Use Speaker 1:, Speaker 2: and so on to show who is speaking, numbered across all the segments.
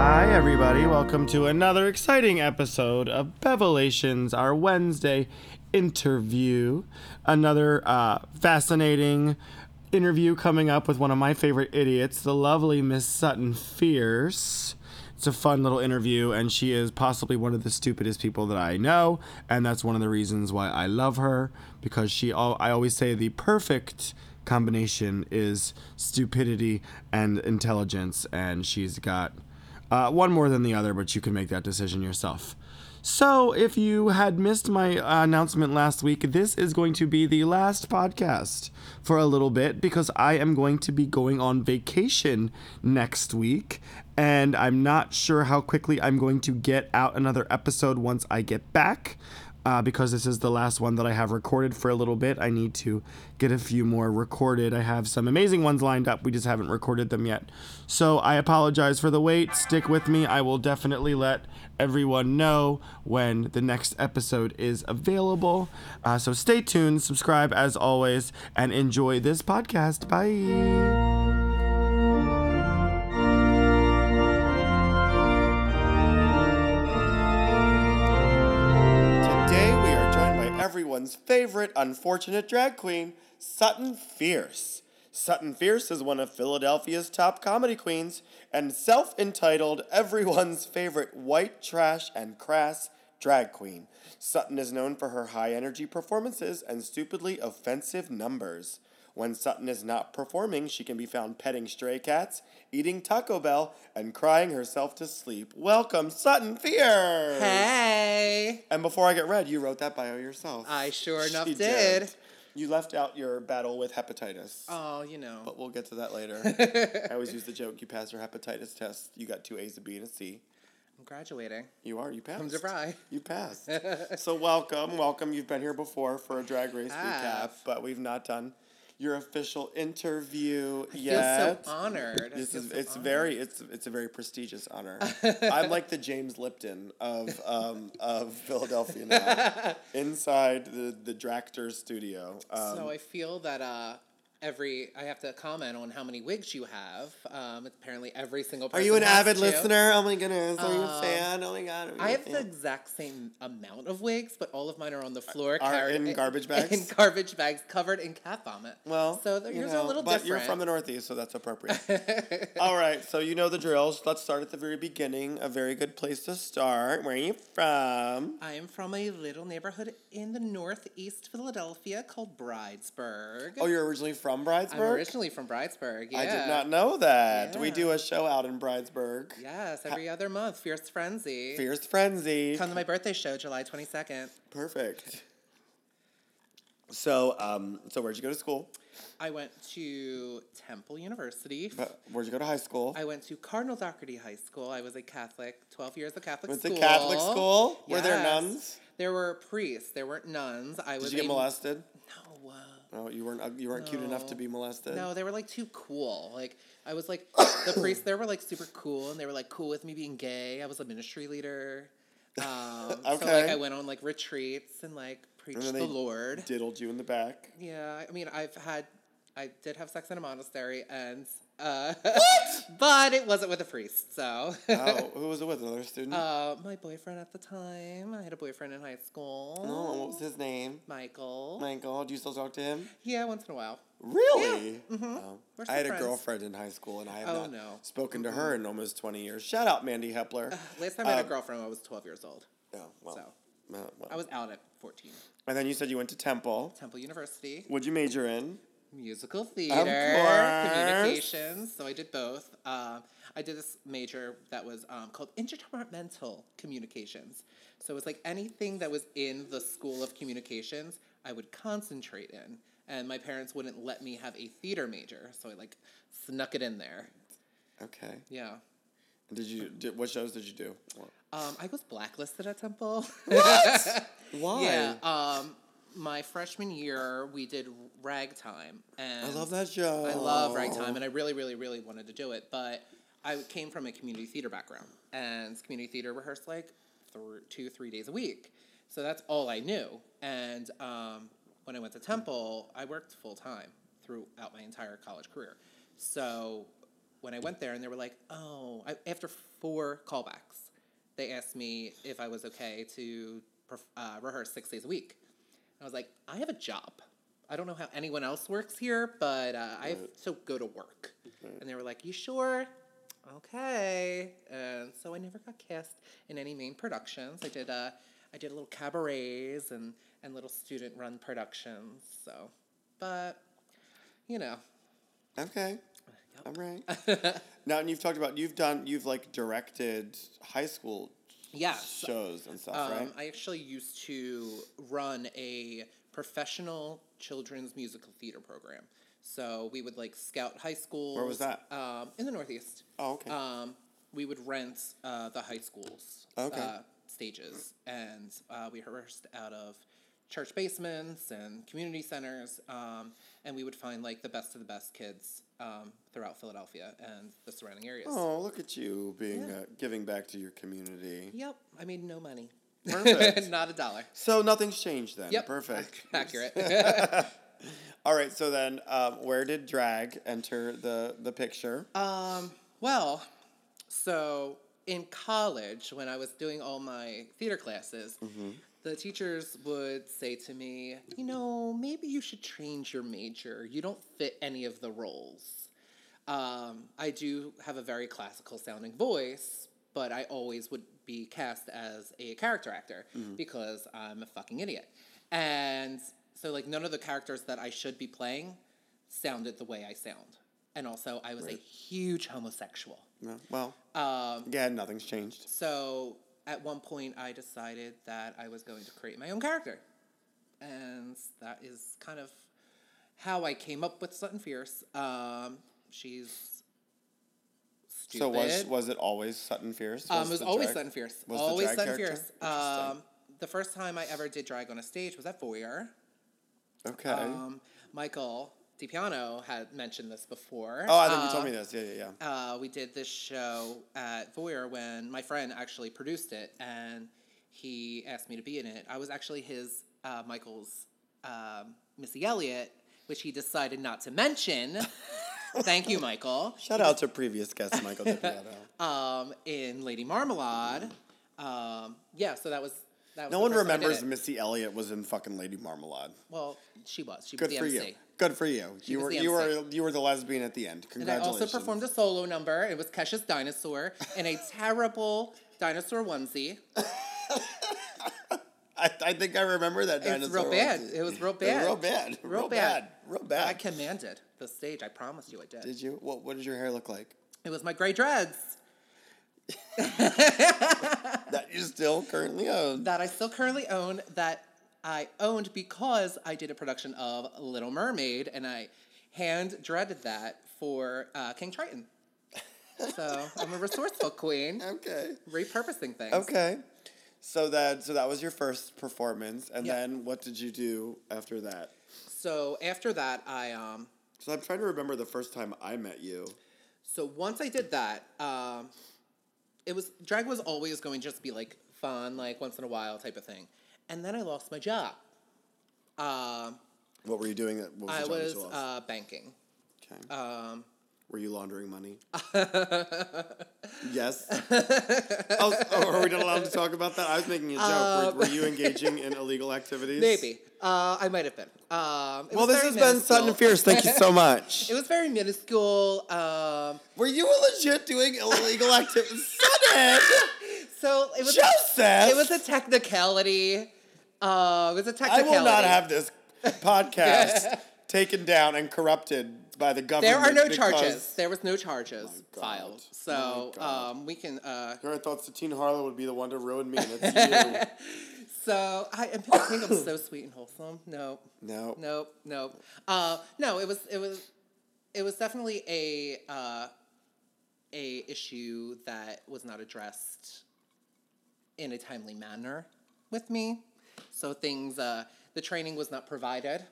Speaker 1: everybody. Welcome to another exciting episode of Bevelations, our Wednesday interview. Another uh, fascinating interview coming up with one of my favorite idiots, the lovely Miss Sutton Fierce. It's a fun little interview, and she is possibly one of the stupidest people that I know, and that's one of the reasons why I love her because she. All I always say the perfect combination is stupidity and intelligence, and she's got uh, one more than the other, but you can make that decision yourself. So, if you had missed my uh, announcement last week, this is going to be the last podcast for a little bit because I am going to be going on vacation next week. And I'm not sure how quickly I'm going to get out another episode once I get back uh, because this is the last one that I have recorded for a little bit. I need to get a few more recorded. I have some amazing ones lined up. We just haven't recorded them yet. So I apologize for the wait. Stick with me. I will definitely let everyone know when the next episode is available. Uh, so stay tuned, subscribe as always, and enjoy this podcast. Bye. Today we are joined by everyone's favorite unfortunate drag queen, Sutton Fierce. Sutton Fierce is one of Philadelphia's top comedy queens and self entitled everyone's favorite white trash and crass drag queen. Sutton is known for her high energy performances and stupidly offensive numbers. When Sutton is not performing, she can be found petting stray cats, eating Taco Bell, and crying herself to sleep. Welcome, Sutton Fierce!
Speaker 2: Hey,
Speaker 1: And before I get read, you wrote that bio yourself.
Speaker 2: I sure enough
Speaker 1: She
Speaker 2: did.
Speaker 1: You left out your battle with hepatitis.
Speaker 2: Oh, you know.
Speaker 1: But we'll get to that later. I always use the joke you passed your hepatitis test. You got two A's, a B, and a C.
Speaker 2: I'm graduating.
Speaker 1: You are, you passed.
Speaker 2: I'm surprised.
Speaker 1: You passed. so welcome, welcome. You've been here before for a drag race recap,
Speaker 2: Have.
Speaker 1: but we've not done your official interview
Speaker 2: Feel so
Speaker 1: yet.
Speaker 2: honored. I
Speaker 1: This
Speaker 2: feel
Speaker 1: is
Speaker 2: so
Speaker 1: it's
Speaker 2: honored.
Speaker 1: very it's it's a very prestigious honor. I'm like the James Lipton of um, of Philadelphia now, inside the the Dractor's studio. Um,
Speaker 2: so I feel that uh, every I have to comment on how many wigs you have. Um, apparently, every single
Speaker 1: are
Speaker 2: person.
Speaker 1: you an
Speaker 2: has
Speaker 1: avid
Speaker 2: to.
Speaker 1: listener? Oh my goodness, are you a
Speaker 2: Um,
Speaker 1: fan? Oh my god, are you
Speaker 2: I
Speaker 1: a
Speaker 2: have the
Speaker 1: fan?
Speaker 2: exact same amount of wigs, but all of mine are on the floor,
Speaker 1: Are
Speaker 2: carried
Speaker 1: in garbage bags?
Speaker 2: in garbage bags, covered in cat vomit.
Speaker 1: Well,
Speaker 2: so the,
Speaker 1: you
Speaker 2: yours are
Speaker 1: know,
Speaker 2: a little
Speaker 1: but
Speaker 2: different.
Speaker 1: you're from the Northeast, so that's appropriate. All right, so you know the drills. Let's start at the very beginning. A very good place to start. Where are you from?
Speaker 2: I am from a little neighborhood in the northeast Philadelphia called Bridesburg.
Speaker 1: Oh, you're originally from Bridesburg.
Speaker 2: I'm originally from Bridesburg. Yeah.
Speaker 1: I did not know that. We
Speaker 2: Yeah.
Speaker 1: do a show out in Bridesburg.
Speaker 2: Yes, every other month, Fierce Frenzy.
Speaker 1: Fierce Frenzy.
Speaker 2: Come to my birthday show, July twenty second.
Speaker 1: Perfect. So, um, so where'd you go to school?
Speaker 2: I went to Temple University.
Speaker 1: Uh, Where'd you go to high school?
Speaker 2: I went to Cardinal Doherty High School. I was a Catholic, twelve years of Catholic
Speaker 1: Went to
Speaker 2: school.
Speaker 1: Catholic school? Were there
Speaker 2: Yes.
Speaker 1: nuns?
Speaker 2: There were priests. There weren't nuns. I was
Speaker 1: Did you get
Speaker 2: a-
Speaker 1: molested?
Speaker 2: No. uh,
Speaker 1: No, you weren't. ug- You weren't cute enough to
Speaker 2: No.
Speaker 1: be molested.
Speaker 2: No, they were like too cool. Like I was like the priests there were like super cool and they were like cool with me being gay. I was a ministry leader. Um, so like
Speaker 1: Okay.
Speaker 2: I went on like retreats and like preached
Speaker 1: then
Speaker 2: the
Speaker 1: they
Speaker 2: Lord.
Speaker 1: Diddled you in the back.
Speaker 2: Yeah, I mean I've had I did have sex in a monastery and uh what? but it wasn't with a priest, so
Speaker 1: Oh, who was it with? Another student?
Speaker 2: uh my boyfriend at the time. I had a boyfriend in high school.
Speaker 1: oh, and what was his name?
Speaker 2: Michael.
Speaker 1: My God, do you still talk to him?
Speaker 2: yeah, once in a while.
Speaker 1: Really? Oh.
Speaker 2: We're
Speaker 1: I had
Speaker 2: still
Speaker 1: a
Speaker 2: friends.
Speaker 1: girlfriend in high school, and I have
Speaker 2: Oh,
Speaker 1: not
Speaker 2: no.
Speaker 1: spoken to her in almost twenty years. Shout out Mandy Hepler.
Speaker 2: Last time I had
Speaker 1: Um,
Speaker 2: a girlfriend I was twelve years old.
Speaker 1: oh, well,
Speaker 2: So.
Speaker 1: Uh, well.
Speaker 2: I was out at fourteen.
Speaker 1: and then you said you went to Temple.
Speaker 2: Temple University,
Speaker 1: What'd you major in?
Speaker 2: musical theater,
Speaker 1: course.
Speaker 2: communications. So I did both. Um, I did this major that was um, called interdepartmental communications. So it was like anything that was in the school of communications, I would concentrate in. And my parents wouldn't let me have a theater major, so I like snuck it in there.
Speaker 1: Okay.
Speaker 2: Yeah.
Speaker 1: Did you? Did, what shows did you do?
Speaker 2: Um, I was blacklisted at Temple.
Speaker 1: Why?
Speaker 2: yeah. Um, my freshman year, we did ragtime, and
Speaker 1: I love that show.
Speaker 2: I love ragtime, and I really, really, really wanted to do it, but I came from a community theater background, and community theater rehearsed like thr two, three days a week, so that's all I knew. And um, when I went to Temple, I worked full time throughout my entire college career, so when I went there, and they were like, "Oh," I, after four callbacks, they asked me if I was okay to perf- uh, rehearse six days a week. And I was like, "I have a job. I don't know how anyone else works here, but uh, I have to go to work." And they were like, "You sure?" Okay, and so I never got cast in any main productions. I did uh, I did little cabarets and and little student run productions. So, but you know,
Speaker 1: Okay. All right. now, and you've talked about you've done you've like directed high school
Speaker 2: yes,
Speaker 1: shows and stuff, right?
Speaker 2: Um, I actually used to run a professional children's musical theater program. So we would like scout high schools.
Speaker 1: was that?
Speaker 2: Um, in the Northeast.
Speaker 1: Oh, okay.
Speaker 2: Um, we would rent uh, the high schools
Speaker 1: Okay.
Speaker 2: uh, stages, and uh, we rehearsed out of church basements and community centers, um, and we would find like the best of the best kids um, throughout Philadelphia and the surrounding areas.
Speaker 1: Oh, look at you being uh, giving back to your community.
Speaker 2: Yep, I made no money.
Speaker 1: Perfect.
Speaker 2: Not a dollar.
Speaker 1: So nothing's changed then.
Speaker 2: Yep.
Speaker 1: Perfect.
Speaker 2: Accurate.
Speaker 1: All right. So then, um, where did drag enter the the picture?
Speaker 2: Uh, Well, so in college, when I was doing all my theater classes, the teachers would say to me, you know, maybe you should change your major. You don't fit any of the roles. Um, I do have a very classical sounding voice, but I always would be cast as a character actor because I'm a fucking idiot. And so, like, none of the characters that I should be playing sounded the way I sound. And also, I was a huge homosexual.
Speaker 1: No, well,
Speaker 2: um,
Speaker 1: yeah, nothing's changed.
Speaker 2: So, at one point, I decided that I was going to create my own character. And that is kind of how I came up with Sutton Fierce. Um, she's stupid.
Speaker 1: So was was it always Sutton Fierce?
Speaker 2: Um, it was
Speaker 1: the
Speaker 2: always
Speaker 1: drag-
Speaker 2: Sun Fierce.
Speaker 1: was the
Speaker 2: always
Speaker 1: drag
Speaker 2: Sun
Speaker 1: character?
Speaker 2: Fierce. Um, the first time I ever did drag on a stage was at Foyer.
Speaker 1: Okay.
Speaker 2: Um, Michael DiPiano had mentioned this before. Um,
Speaker 1: oh, I think you told me this. Yeah, yeah, yeah.
Speaker 2: Uh, we did this show at Voyeur when my friend actually produced it, and he asked me to be in it. I was actually his uh, Michael's um, Missy Elliott, which he decided not to mention. Thank you, Michael.
Speaker 1: Shout out to previous guest Michael DiPietro.
Speaker 2: Um, in Lady Marmalade. Um, yeah, so that was that. Was
Speaker 1: No
Speaker 2: the
Speaker 1: one
Speaker 2: first time I did
Speaker 1: remembers
Speaker 2: it.
Speaker 1: Missy Elliott was in fucking Lady Marmalade.
Speaker 2: Well, she was. She
Speaker 1: Good
Speaker 2: was the
Speaker 1: for
Speaker 2: MC.
Speaker 1: you. Good for you. you
Speaker 2: was
Speaker 1: were
Speaker 2: the
Speaker 1: you
Speaker 2: MC.
Speaker 1: were you were the lesbian at the end.
Speaker 2: And I
Speaker 1: Congratulations.
Speaker 2: also performed a solo number. It was Kesha's Dinosaur in a terrible dinosaur onesie.
Speaker 1: I, I think I remember that.
Speaker 2: It was
Speaker 1: dinosaur
Speaker 2: real bad.
Speaker 1: onesie.
Speaker 2: It was real
Speaker 1: It was
Speaker 2: bad.
Speaker 1: real bad.
Speaker 2: Real
Speaker 1: Real
Speaker 2: bad.
Speaker 1: bad. Real bad.
Speaker 2: I commanded the stage. I promise you, I did.
Speaker 1: Did you? What What did your hair look like?
Speaker 2: It was my gray dreads
Speaker 1: That you still currently own.
Speaker 2: that I still currently own. That I owned because I did a production of Little Mermaid, and I hand dreaded that for uh, King Triton. So I'm a resourceful queen,
Speaker 1: Okay.
Speaker 2: repurposing things.
Speaker 1: Okay. So that so that was your first performance, and
Speaker 2: Yeah.
Speaker 1: then what did you do after that?
Speaker 2: So after that, I um,
Speaker 1: So I'm trying to remember the first time I met you.
Speaker 2: So once I did that, um, it was drag was always going to just be like fun, like once in a while type of thing. And then I lost my job. Um,
Speaker 1: What were you doing? That what was the
Speaker 2: I
Speaker 1: job that
Speaker 2: was
Speaker 1: you lost?
Speaker 2: uh, banking.
Speaker 1: okay.
Speaker 2: Um,
Speaker 1: were you laundering money? yes. oh, s- oh, are we not allowed to talk about that? I was making a joke. were, were you engaging in illegal activities?
Speaker 2: Uh, maybe uh, I might have been. Um, it
Speaker 1: Well,
Speaker 2: was
Speaker 1: this
Speaker 2: very
Speaker 1: has been
Speaker 2: minuscule.
Speaker 1: Sutton Fierce. Thank you so much.
Speaker 2: It was very minuscule. Um,
Speaker 1: Were you legit doing illegal activities? Sutton!
Speaker 2: so it was.
Speaker 1: Joseph!
Speaker 2: It was a technicality. Uh, it was a
Speaker 1: I
Speaker 2: technicality.
Speaker 1: will not have this podcast taken down and corrupted by the government.
Speaker 2: There are no
Speaker 1: because-
Speaker 2: charges. There was no charges
Speaker 1: God.
Speaker 2: filed.
Speaker 1: My
Speaker 2: So
Speaker 1: God.
Speaker 2: um, we can. Uh,
Speaker 1: Here I thought Satine Harlow would be the one to ruin me, and it's
Speaker 2: So I, I think I'm so sweet and wholesome. No,
Speaker 1: you. no.
Speaker 2: no, no. Uh, no, it was it was it was definitely a uh, a issue that was not addressed in a timely manner with me. So things uh, the training was not provided,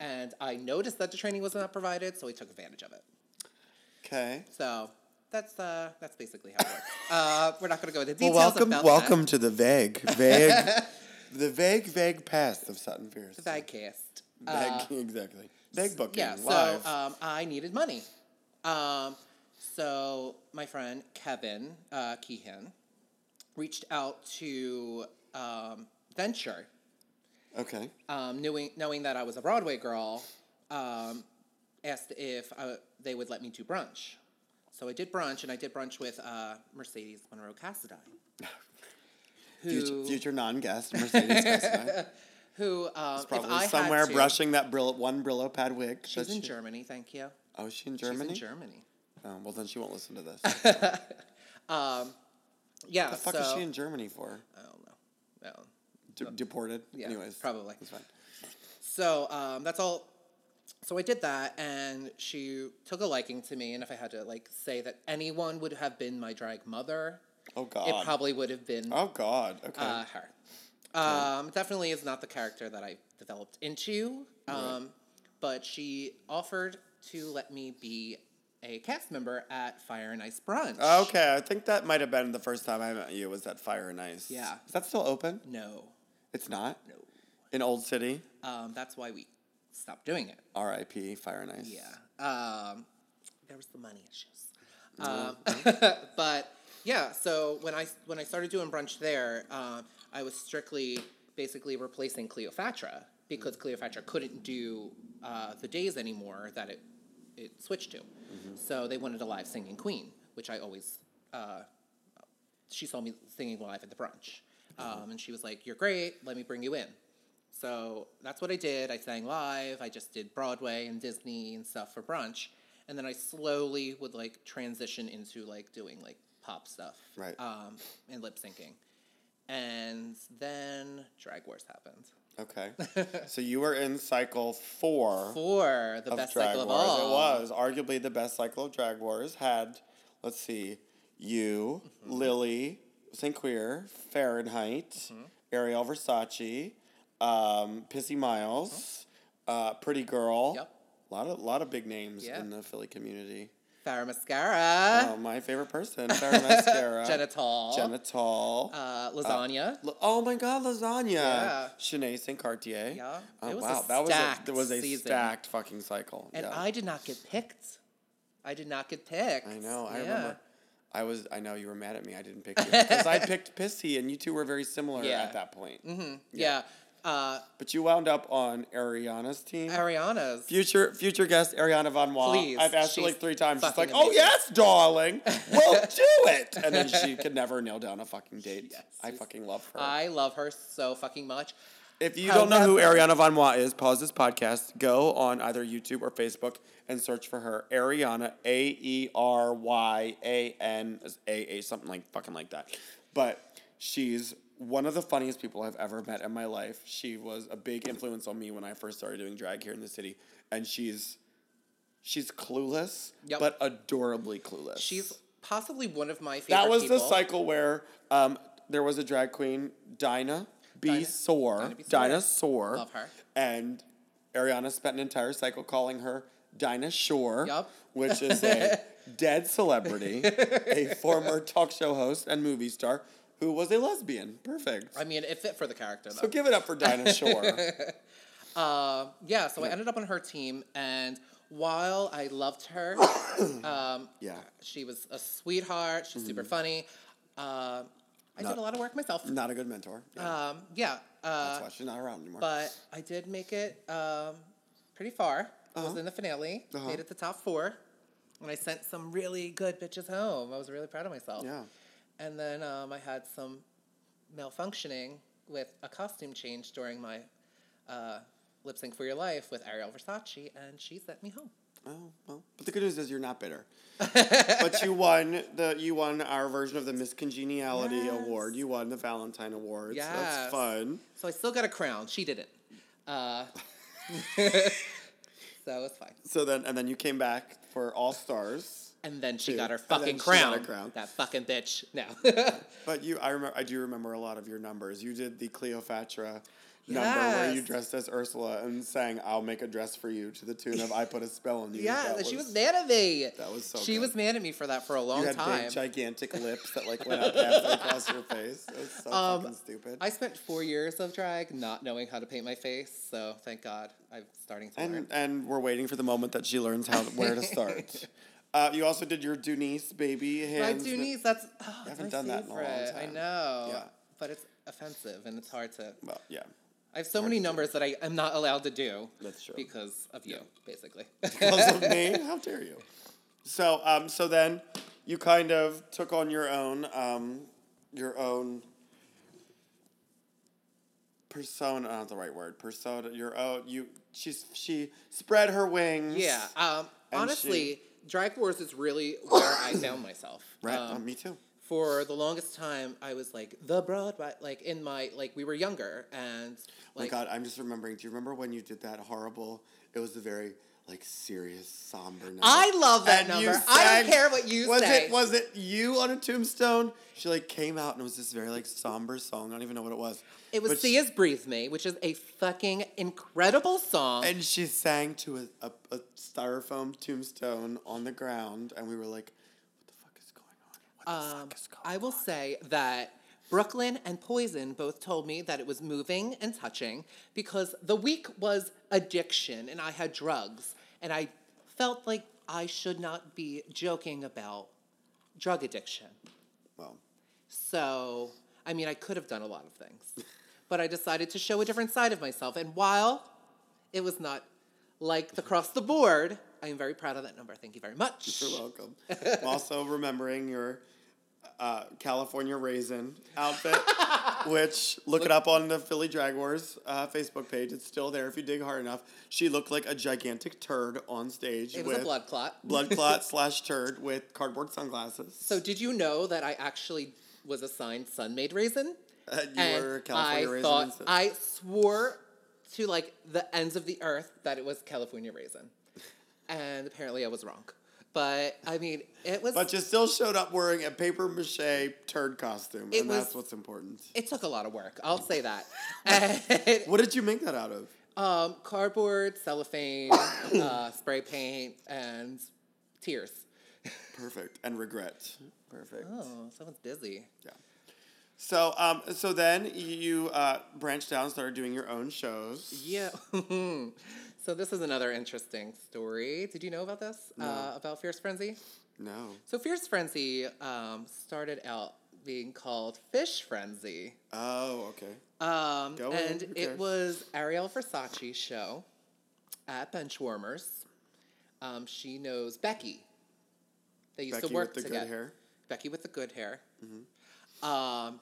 Speaker 2: and I noticed that the training was not provided, so I took advantage of it.
Speaker 1: Okay.
Speaker 2: So. That's uh, that's basically how it works. uh, we're not going to go into
Speaker 1: Well,
Speaker 2: details
Speaker 1: welcome,
Speaker 2: about
Speaker 1: welcome to the vague, vague, the vague, vague past of Sutton Fierce.
Speaker 2: that. Vagcast.
Speaker 1: Vague- exactly. Vague booking.
Speaker 2: uh, yeah, uh,
Speaker 1: live.
Speaker 2: so um, I needed money. Um, So my friend Kevin uh, Keehan reached out to um, Venture,
Speaker 1: Okay.
Speaker 2: um, knowing knowing that I was a Broadway girl. Um, asked if I, they would let me do brunch. So I did brunch, and I did brunch with uh, Mercedes Monroe Cassidy,
Speaker 1: Future,
Speaker 2: who
Speaker 1: future non-guest Mercedes Cassidy.
Speaker 2: who um, if I
Speaker 1: Probably
Speaker 2: had
Speaker 1: somewhere
Speaker 2: to-
Speaker 1: brushing that Brillo, one Brillo pad wig.
Speaker 2: She's
Speaker 1: that
Speaker 2: in
Speaker 1: she-
Speaker 2: Germany. Thank you.
Speaker 1: Oh, is she in
Speaker 2: She's
Speaker 1: Germany?
Speaker 2: in Germany.
Speaker 1: Oh, well, then she won't listen to this.
Speaker 2: Yeah.
Speaker 1: the fuck
Speaker 2: so,
Speaker 1: is she in Germany for?
Speaker 2: I don't know. Well,
Speaker 1: De- deported?
Speaker 2: yeah,
Speaker 1: Anyways.
Speaker 2: probably.
Speaker 1: It's fine.
Speaker 2: So um, that's all. So I did that, and she took a liking to me. And if I had to like say that anyone would have been my drag mother,
Speaker 1: Oh, God.
Speaker 2: it probably would have been
Speaker 1: Oh, God. Okay.
Speaker 2: uh, her. Um, definitely is not the character that I developed into. Um, But she offered to let me be a cast member at Fire and Ice Brunch.
Speaker 1: Okay, I think that might have been the first time I met you was at Fire and Ice.
Speaker 2: Yeah.
Speaker 1: Is that still open?
Speaker 2: No,
Speaker 1: It's not?
Speaker 2: no.
Speaker 1: In Old City?
Speaker 2: Um, that's why we stopped doing it.
Speaker 1: R.I.P. Fire and Ice.
Speaker 2: Yeah. Um, there was the money issues. Um, but yeah, so when I when I started doing brunch there, um, I was strictly basically replacing Cleopatra because Cleopatra couldn't do uh, the days anymore that it it switched to. So they wanted a live singing queen, which I always uh, she saw me singing live at the brunch. Um, and she was like, You're great, let me bring you in. So that's what I did. I sang live, I just did Broadway and Disney and stuff for brunch. And then I slowly would like transition into like doing like pop stuff
Speaker 1: Right.
Speaker 2: um, and lip syncing. And then Drag Wars happened.
Speaker 1: Okay. so you were in cycle four,
Speaker 2: For the
Speaker 1: of
Speaker 2: best
Speaker 1: Drag
Speaker 2: cycle of
Speaker 1: Wars.
Speaker 2: all.
Speaker 1: It was arguably the best cycle of Drag Wars. Had, let's see, you,
Speaker 2: Mm-hmm.
Speaker 1: Lily, St. Queer, Fahrenheit,
Speaker 2: Mm-hmm.
Speaker 1: Ariel Versace, um, Pissy Miles, uh, Pretty Girl.
Speaker 2: Mm-hmm. Yep.
Speaker 1: A lot of, lot of big names
Speaker 2: Yeah.
Speaker 1: in the Philly community.
Speaker 2: Farrah Mascara,
Speaker 1: Oh, my favorite person, Farrah Mascara.
Speaker 2: Genital,
Speaker 1: Genital.
Speaker 2: uh, Lasagna.
Speaker 1: L- oh my God, lasagna.
Speaker 2: Yeah.
Speaker 1: Shanae St. Cartier.
Speaker 2: Yeah.
Speaker 1: Oh,
Speaker 2: It was a
Speaker 1: wow. that was a,
Speaker 2: stacked
Speaker 1: that was a
Speaker 2: season.
Speaker 1: stacked fucking cycle.
Speaker 2: and
Speaker 1: yeah.
Speaker 2: I did not get picked. I did not get picked.
Speaker 1: I know. I
Speaker 2: Yeah.
Speaker 1: remember. I was. I know you were mad at me. I didn't pick you because I picked Pissy, and you two were very similar
Speaker 2: Yeah. Mm-hmm.
Speaker 1: at that point.
Speaker 2: Yeah. Uh,
Speaker 1: But you wound up on Ariana's team.
Speaker 2: Ariana's.
Speaker 1: future future guest Ariana Von Wa.
Speaker 2: Please,
Speaker 1: I've asked her
Speaker 2: she's
Speaker 1: like three times. She's like,
Speaker 2: fucking
Speaker 1: "Oh
Speaker 2: amazing."
Speaker 1: yes, darling, we'll do it." And then she could never nail down a fucking date.
Speaker 2: Yes,
Speaker 1: I
Speaker 2: she's-
Speaker 1: fucking love her.
Speaker 2: I love her so fucking much.
Speaker 1: If you don't know who
Speaker 2: However-
Speaker 1: Ariana Von Wa is, pause this podcast, go on either YouTube or Facebook and search for her. Ariana, A E R Y A N A A, something like fucking like that. But she's one of the funniest people I've ever met in my life. She was a big influence on me when I first started doing drag here in the city. And she's she's clueless,
Speaker 2: Yep.
Speaker 1: but adorably clueless.
Speaker 2: She's possibly one of my favorite.
Speaker 1: that was
Speaker 2: people.
Speaker 1: the cycle where um, there was a drag queen, Dinah B.
Speaker 2: Dinah-
Speaker 1: Sore,
Speaker 2: Dinah B. Sore.
Speaker 1: Dinah Sore.
Speaker 2: Love her.
Speaker 1: And Ariana spent an entire cycle calling her Dinah Shore,
Speaker 2: Yup.
Speaker 1: which is a dead celebrity, a former talk show host and movie star who was a lesbian. Perfect.
Speaker 2: I mean, it fit for the character though.
Speaker 1: so give it up for Dinah Shore.
Speaker 2: Uh, yeah. So I ended up on her team, and while I loved her, um,
Speaker 1: Yeah.
Speaker 2: she was a sweetheart. She's super funny. Um I
Speaker 1: Mm-hmm. Not-
Speaker 2: did a lot of work myself.
Speaker 1: Not a good mentor. Yeah,
Speaker 2: Um, yeah. Uh,
Speaker 1: that's why she's not around anymore.
Speaker 2: but I did make it um, pretty far. I
Speaker 1: Uh-huh.
Speaker 2: was in the finale, made it to top four, and I sent some really good bitches home. I was really proud of myself.
Speaker 1: yeah.
Speaker 2: And then um, I had some malfunctioning with a costume change during my uh, lip sync for your life with Ariel Versace, and she sent me home.
Speaker 1: Oh well, but the good news is you're not bitter. but you won the you won our version of the Miss Congeniality Award. You won the Valentine Awards. That's
Speaker 2: Yes.
Speaker 1: fun.
Speaker 2: So I still got a crown. She didn't. Uh, so it's fine.
Speaker 1: So then, and then you came back for All Stars.
Speaker 2: And then she
Speaker 1: Two.
Speaker 2: got her
Speaker 1: And then
Speaker 2: fucking
Speaker 1: she got
Speaker 2: crown.
Speaker 1: her crown.
Speaker 2: That fucking bitch. No.
Speaker 1: But you, I remember, I do remember a lot of your numbers. You did the Cleopatra number where you
Speaker 2: Yes.
Speaker 1: dressed as Ursula and sang "I'll make a dress for you" to the tune of "I put a spell on you."
Speaker 2: Yeah,
Speaker 1: That
Speaker 2: she was mad at me.
Speaker 1: that was so
Speaker 2: She
Speaker 1: good.
Speaker 2: was mad at me for that for a long
Speaker 1: You had
Speaker 2: time.
Speaker 1: big, gigantic lips that like went up halfway across your face. It was so
Speaker 2: Um,
Speaker 1: fucking stupid.
Speaker 2: I spent four years of drag not knowing how to paint my face, so thank God I'm starting to learn.
Speaker 1: And and we're waiting for the moment that she learns how where to start. Uh, you also did your Denise baby
Speaker 2: My
Speaker 1: hands.
Speaker 2: Denise, that's oh, it's
Speaker 1: haven't
Speaker 2: my
Speaker 1: done that in a long
Speaker 2: favorite. I
Speaker 1: time.
Speaker 2: know.
Speaker 1: Yeah.
Speaker 2: But it's offensive and it's hard to
Speaker 1: Well, yeah.
Speaker 2: I have so many numbers that I am not allowed to do.
Speaker 1: That's true.
Speaker 2: Because of you, basically.
Speaker 1: Because of me? How dare you? So, um, so then you kind of took on your own, um, your own persona. Not the right word. Persona. Your own. You. She's. She spread her wings.
Speaker 2: yeah. Um,
Speaker 1: she-
Speaker 2: honestly, Drag Wars is really where I found myself.
Speaker 1: Right.
Speaker 2: Um,
Speaker 1: oh, me too.
Speaker 2: for the longest time I was like the Broadway like in my like we were younger and like
Speaker 1: oh my God, I'm just remembering. Do you remember when you did that horrible? It was a very like serious, somber number.
Speaker 2: I love that
Speaker 1: you
Speaker 2: number. I don't
Speaker 1: sang-
Speaker 2: care what you
Speaker 1: was
Speaker 2: say.
Speaker 1: It, was it you on a tombstone? She like came out and it was this very like somber song. I don't even know what it was.
Speaker 2: it was
Speaker 1: But
Speaker 2: See
Speaker 1: she-
Speaker 2: As Breathe Me, which is a fucking incredible song.
Speaker 1: And she sang to a, a, a styrofoam tombstone on the ground, and we were like, "What the fuck is going on? What the
Speaker 2: Um,
Speaker 1: fuck is going
Speaker 2: I will
Speaker 1: on?"
Speaker 2: say that Brooklyn and Poison both told me that it was moving and touching because the week was addiction and I had drugs and I felt like I should not be joking about drug addiction.
Speaker 1: Well,
Speaker 2: So, I mean, I could have done a lot of things, but I decided to show a different side of myself. And while it was not like the cross the board, I am very proud of that number. Thank you very much.
Speaker 1: You're welcome. I'm also remembering your uh, California raisin outfit, which look, it up on the Philly Drag Wars uh, Facebook page. It's still there if you dig hard enough. She looked like a gigantic turd on stage.
Speaker 2: It was
Speaker 1: with
Speaker 2: a blood clot.
Speaker 1: blood clot slash turd with cardboard sunglasses.
Speaker 2: So did you know that I actually was assigned sun made raisin?
Speaker 1: Uh, you
Speaker 2: And
Speaker 1: were a California
Speaker 2: I
Speaker 1: raisin.
Speaker 2: thought-
Speaker 1: instead.
Speaker 2: I swore to like the ends of the earth that it was California raisin, and apparently I was wrong. But I mean, it was.
Speaker 1: but you still showed up wearing a paper mache turd costume,
Speaker 2: It
Speaker 1: and
Speaker 2: was-
Speaker 1: that's what's important.
Speaker 2: it took a lot of work. I'll say that. And,
Speaker 1: What did you make that out of?
Speaker 2: um, cardboard, cellophane, uh, spray paint, and tears.
Speaker 1: Perfect. And regret. Perfect.
Speaker 2: Oh, someone's busy.
Speaker 1: Yeah. So um so then you uh branched out and started doing your own shows.
Speaker 2: Yeah. so this is another interesting story. Did you know about this? Uh, about Fierce Frenzy?
Speaker 1: No.
Speaker 2: So Fierce Frenzy um, started out being called Fish Frenzy.
Speaker 1: Oh, okay.
Speaker 2: Um,
Speaker 1: Go on,
Speaker 2: and
Speaker 1: who
Speaker 2: it
Speaker 1: cares?
Speaker 2: was Ariel Versace's show at Benchwarmers. Um, she knows Becky. They used
Speaker 1: Becky
Speaker 2: to work
Speaker 1: with the
Speaker 2: together.
Speaker 1: good hair.
Speaker 2: Becky with the good hair. Um,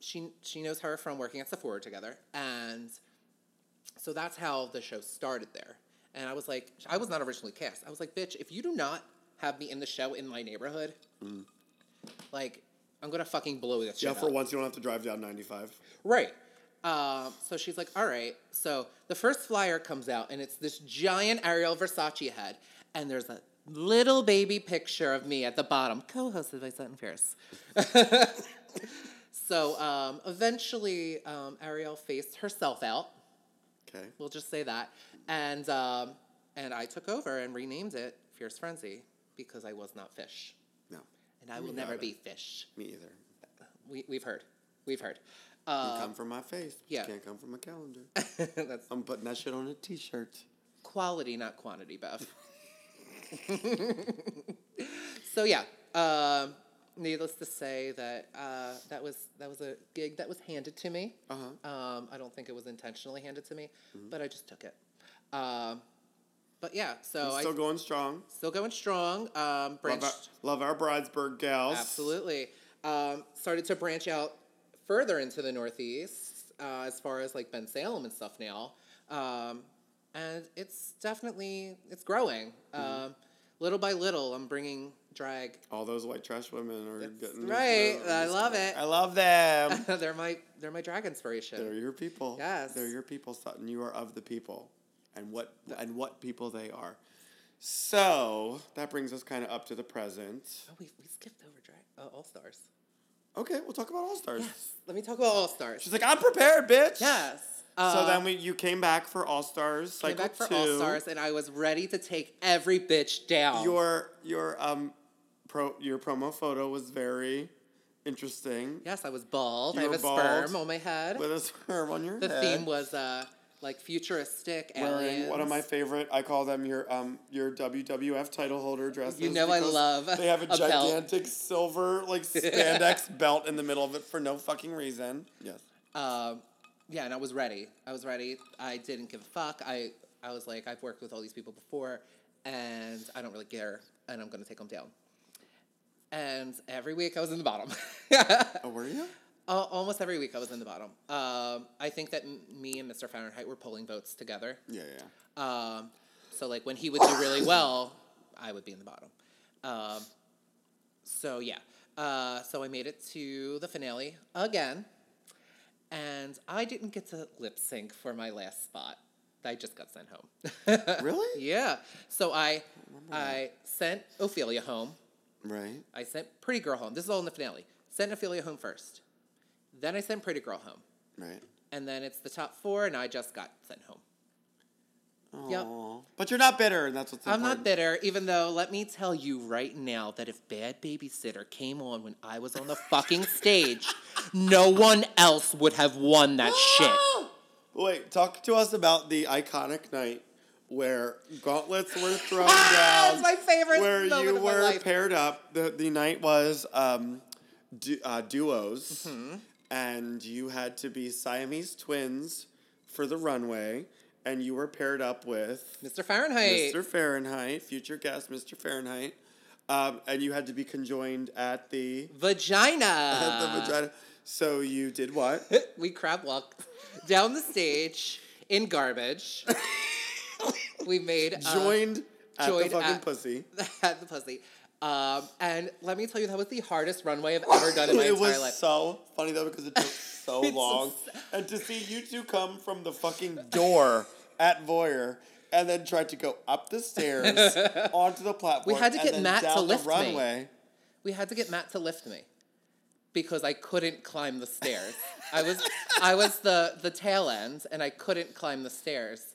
Speaker 2: she she knows her from working at Sephora together, and so that's how the show started there. And I was like, I was not originally cast. I was like, bitch, if you do not have me in the show in my neighborhood, like I'm gonna fucking blow this.
Speaker 1: Yeah,
Speaker 2: shit
Speaker 1: for
Speaker 2: up.
Speaker 1: once you don't have to drive down 95.
Speaker 2: Right. Um, so she's like, all right. So the first flyer comes out, and it's this giant Ariel Versace head, and there's a little baby picture of me at the bottom, co hosted by Sutton Pierce. so um, eventually, um, Ariel faced herself out.
Speaker 1: Okay.
Speaker 2: We'll just say that. And, um, and I took over and renamed it Fierce Frenzy because I was not fish.
Speaker 1: No.
Speaker 2: And I will never be fish.
Speaker 1: Me either.
Speaker 2: We, we've heard. We've heard. Uh,
Speaker 1: come from my face. but
Speaker 2: yeah.
Speaker 1: You can't come from my calendar.
Speaker 2: that's
Speaker 1: I'm putting that shit on a t-shirt.
Speaker 2: quality, not quantity, Bev. so yeah, um, needless to say that uh, that was that was a gig that was handed to me.
Speaker 1: Uh-huh. Mm-hmm.
Speaker 2: Um, I don't think it was intentionally handed to me, but I just took it. Um, but yeah, so
Speaker 1: Still
Speaker 2: Oh, I
Speaker 1: going strong.
Speaker 2: still going strong. Um,
Speaker 1: Love
Speaker 2: branched
Speaker 1: our, love our Bridesburg gals.
Speaker 2: absolutely. Um, started to branch out further into the Northeast uh, as far as like Ben Salem and stuff now, um, and it's definitely it's growing.
Speaker 1: Mm-hmm.
Speaker 2: Um, little by little, I'm bringing drag.
Speaker 1: All those white trash women are getting their
Speaker 2: right.
Speaker 1: shows.
Speaker 2: I love it.
Speaker 1: I love them.
Speaker 2: they're my they're my drag inspiration.
Speaker 1: They're your people.
Speaker 2: Yes.
Speaker 1: They're your people, Sutton. You are of the people. And what and what people they are. So that brings us kind of up to the present.
Speaker 2: oh, we, we skipped over drag uh, All Stars.
Speaker 1: Okay, we'll talk about All Stars.
Speaker 2: Let me talk about All Stars.
Speaker 1: She's like, I'm prepared, bitch.
Speaker 2: Yes.
Speaker 1: so
Speaker 2: Uh,
Speaker 1: then we you came back for All Stars.
Speaker 2: came
Speaker 1: cycle
Speaker 2: back for
Speaker 1: two.
Speaker 2: All Stars, and I was ready to take every bitch down.
Speaker 1: Your your um pro your promo photo was very interesting.
Speaker 2: yes, I was bald.
Speaker 1: You
Speaker 2: I have
Speaker 1: were
Speaker 2: a
Speaker 1: bald.
Speaker 2: sperm on my head.
Speaker 1: With a sperm on your
Speaker 2: The
Speaker 1: head.
Speaker 2: theme was uh, like futuristic
Speaker 1: wearing
Speaker 2: aliens.
Speaker 1: one of my favorite. I call them your um your WWF title holder dresses.
Speaker 2: know I
Speaker 1: because
Speaker 2: love
Speaker 1: They have a,
Speaker 2: a belt.
Speaker 1: gigantic silver like spandex belt in the middle of it for no fucking reason. Yes.
Speaker 2: um, yeah, and I was ready. I was ready. I didn't give a fuck. I I was like, I've worked with all these people before, and I don't really care, and I'm gonna take them down. And every week I was in the bottom.
Speaker 1: Oh, were you?
Speaker 2: Al- Almost every week I was in the bottom. Um, I think that m- me and Mr. Fahrenheit were pulling votes together.
Speaker 1: Yeah, yeah.
Speaker 2: Um, so like when he would do really well, I would be in the bottom. Um, so yeah. Uh, so I made it to the finale again, and I didn't get to lip sync for my last spot. I just got sent home.
Speaker 1: Really?
Speaker 2: yeah. So I, I sent Ophelia home.
Speaker 1: Right.
Speaker 2: I sent Pretty Girl home. This is all in the finale. Sent Ophelia home first. Then I sent Pretty Girl home.
Speaker 1: Right.
Speaker 2: And then it's the top four, and I just got sent home. Yep.
Speaker 1: Aw. But you're not bitter, and that's what's
Speaker 2: I'm
Speaker 1: important.
Speaker 2: not bitter, even though let me tell you right now that if Bad Babysitter came on when I was on the fucking stage, no one else would have won that shit.
Speaker 1: Wait, talk to us about the iconic night where gauntlets were thrown down.
Speaker 2: it's my favorite
Speaker 1: Where
Speaker 2: moment
Speaker 1: you
Speaker 2: of my
Speaker 1: were
Speaker 2: life.
Speaker 1: paired up. The the night was um, du- uh, duos,
Speaker 2: Mm-hmm.
Speaker 1: and you had to be Siamese twins for the runway, and you were paired up with
Speaker 2: Mr. Fahrenheit.
Speaker 1: Mr. Fahrenheit, future guest Mr. Fahrenheit, um, and you had to be conjoined at the at the
Speaker 2: Vagina.
Speaker 1: vagina. So you did what?
Speaker 2: we crab walked down the stage in garbage. we made uh,
Speaker 1: joined at
Speaker 2: joined
Speaker 1: the fucking
Speaker 2: at-
Speaker 1: pussy.
Speaker 2: at the pussy. Um, and let me tell you, that was the hardest runway I've ever done in my
Speaker 1: it
Speaker 2: entire
Speaker 1: was
Speaker 2: life.
Speaker 1: so funny though because it took so
Speaker 2: It's
Speaker 1: long, and to see you two come from the fucking door at Voyeur and then tried to go up the stairs onto the platform.
Speaker 2: had to
Speaker 1: and
Speaker 2: get
Speaker 1: then
Speaker 2: Matt to
Speaker 1: down the
Speaker 2: lift me.
Speaker 1: runway.
Speaker 2: we had to get Matt to lift me because I couldn't climb the stairs. I was I was the the tail end and I couldn't climb the stairs.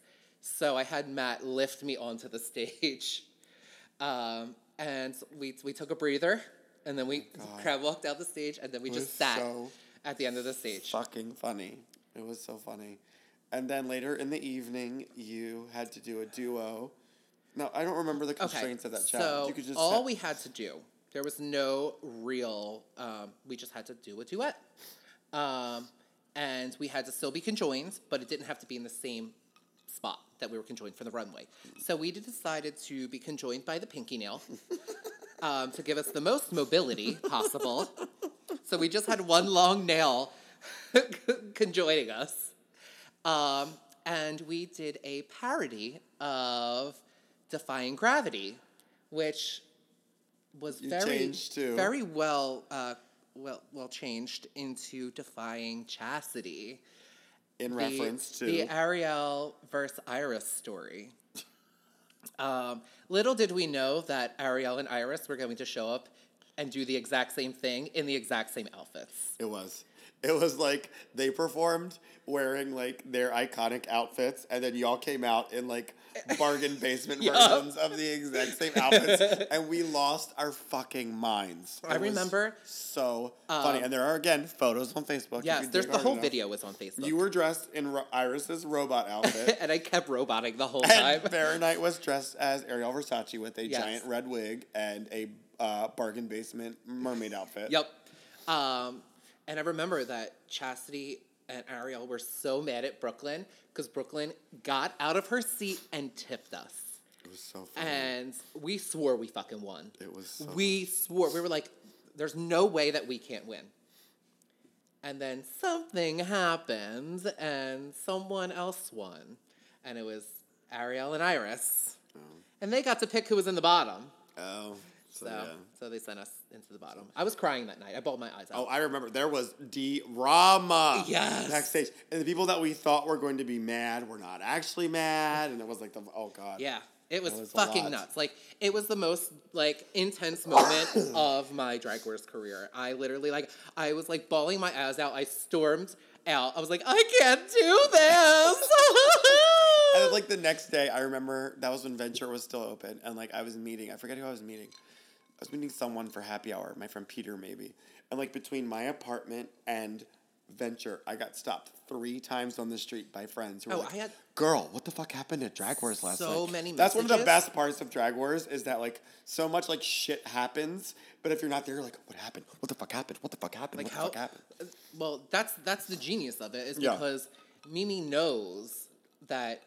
Speaker 2: So I had Matt lift me onto the stage. Um, and we we took a breather and then we crab walked out the stage and then we
Speaker 1: was
Speaker 2: just sat
Speaker 1: so
Speaker 2: at the end of the stage.
Speaker 1: Fucking funny. It was so funny. And then later in the evening, you had to do a duo. No, I don't remember the
Speaker 2: Okay.
Speaker 1: constraints of that challenge.
Speaker 2: So
Speaker 1: you could just
Speaker 2: all
Speaker 1: sit-
Speaker 2: we had to do, there was no real. Um, we just had to do a duet, um, and we had to still be conjoined, but it didn't have to be in the same spot that we were conjoined for the runway. So we decided to be conjoined by the pinky nail. Um, to give us the most mobility possible. so we just had one long nail conjoining us. Um, and we did a parody of Defying Gravity, which was
Speaker 1: You
Speaker 2: very
Speaker 1: changed to-
Speaker 2: very well uh, well well changed into Defying Chastity.
Speaker 1: in
Speaker 2: The-
Speaker 1: reference to
Speaker 2: the Ariel versus Iris story. Um, little did we know that Ariel and Iris were going to show up and do the exact same thing in the exact same outfits.
Speaker 1: It was. It was like they performed wearing like their iconic outfits, and then y'all came out in like bargain basement versions of the exact same outfits, and we lost our fucking minds.
Speaker 2: I
Speaker 1: It was
Speaker 2: remember-
Speaker 1: so funny, and there are again photos on Facebook. if
Speaker 2: Yes,
Speaker 1: you
Speaker 2: there's
Speaker 1: dig
Speaker 2: the
Speaker 1: hard
Speaker 2: whole
Speaker 1: enough.
Speaker 2: video was on Facebook.
Speaker 1: You were dressed in Ro- Iris's robot outfit.
Speaker 2: and I kept roboting the whole
Speaker 1: And
Speaker 2: time.
Speaker 1: Fahrenheit was dressed as Ariel Versace with a
Speaker 2: Yes.
Speaker 1: giant red wig and a uh, bargain basement mermaid outfit.
Speaker 2: Yep. Um, and I remember that Chastity and Ariel were so mad at Brooklyn because Brooklyn got out of her seat and tipped us.
Speaker 1: It was so funny.
Speaker 2: and we swore we fucking won.
Speaker 1: Mm-hmm. It was so-
Speaker 2: we swore we were like, there's no way that we can't win. And then something happened, and someone else won, and it was Ariel and Iris, and they got to pick who was in the bottom.
Speaker 1: oh, so,
Speaker 2: So,
Speaker 1: yeah.
Speaker 2: so they sent us into the bottom. I was crying that night. I bawled my eyes out.
Speaker 1: Oh, I remember there was drama.
Speaker 2: Yes.
Speaker 1: Backstage. And the people that we thought were going to be mad were not actually mad. And it was like the oh god.
Speaker 2: Yeah, it was,
Speaker 1: That was a
Speaker 2: fucking
Speaker 1: lot.
Speaker 2: nuts. Like it was the most like intense moment of my drag race career. I literally like I was like bawling my eyes out. I stormed out. I was like, I can't do this.
Speaker 1: And then, like the next day, I remember that was when Venture was still open, and like I was meeting. I forget who I was meeting. I was meeting someone for happy hour. My friend Peter, maybe. And like between my apartment and venture. I got stopped three times on the street by friends who were
Speaker 2: Oh,
Speaker 1: like,
Speaker 2: I had-
Speaker 1: "Girl, what the fuck happened at Drag Wars last night?"
Speaker 2: So many
Speaker 1: That's one of the
Speaker 2: messages.
Speaker 1: best parts of Drag Wars is that like so much like shit happens, but if you're not there, you're like, "What happened? What the fuck happened? What the fuck happened?
Speaker 2: Like
Speaker 1: what the
Speaker 2: how?
Speaker 1: fuck happened?"
Speaker 2: Well, that's that's the genius of it is
Speaker 1: Yeah.
Speaker 2: because Mimi knows that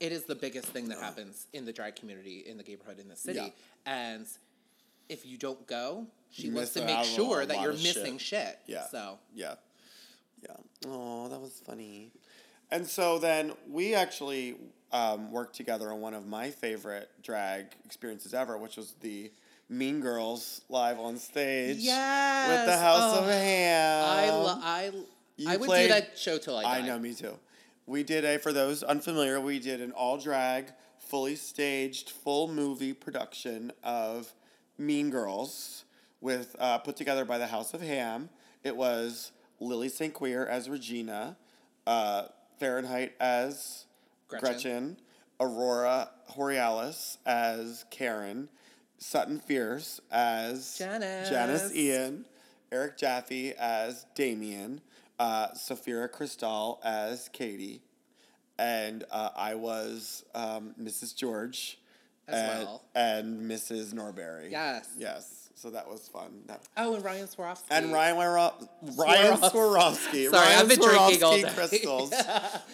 Speaker 2: it is the biggest thing that happens in the drag community in the neighborhood in the city,
Speaker 1: Yeah.
Speaker 2: and if you don't go, she
Speaker 1: You
Speaker 2: wants
Speaker 1: miss
Speaker 2: to
Speaker 1: out
Speaker 2: make
Speaker 1: on a
Speaker 2: sure that
Speaker 1: lot
Speaker 2: you're
Speaker 1: of shit.
Speaker 2: missing shit.
Speaker 1: Yeah.
Speaker 2: So
Speaker 1: Yeah. Yeah. Oh, that was funny. And so then we actually um, worked together on one of my favorite drag experiences ever, which was the Mean Girls live on stage. With the
Speaker 2: Yes.
Speaker 1: House
Speaker 2: Oh,
Speaker 1: of Ham.
Speaker 2: I lo- I
Speaker 1: You
Speaker 2: I would
Speaker 1: played-
Speaker 2: do that show till I die.
Speaker 1: I know, me too. We did a, for those unfamiliar, we did an all drag, fully staged, full movie production of Mean Girls with uh, put together by the House of Ham. It was Lily St. Queer as Regina, uh, Fahrenheit as Gretchen.
Speaker 2: Gretchen.
Speaker 1: Aurora Borealis as Karen, Sutton Fierce as
Speaker 2: Janice.
Speaker 1: Janice Ian, Eric Jaffe as Damien, uh, Saphira Cristal as Katie, and uh, I was um, Mrs. George
Speaker 2: As
Speaker 1: and,
Speaker 2: well.
Speaker 1: and Mrs. Norberry.
Speaker 2: Yes.
Speaker 1: Yes. So that was fun. That-
Speaker 2: Oh, and Ryan Swarovski.
Speaker 1: and Ryan Wyro- Ryan Swarovski.
Speaker 2: Sorry,
Speaker 1: Ryan
Speaker 2: I've been drinking all
Speaker 1: Swarovski
Speaker 2: day.
Speaker 1: Crystals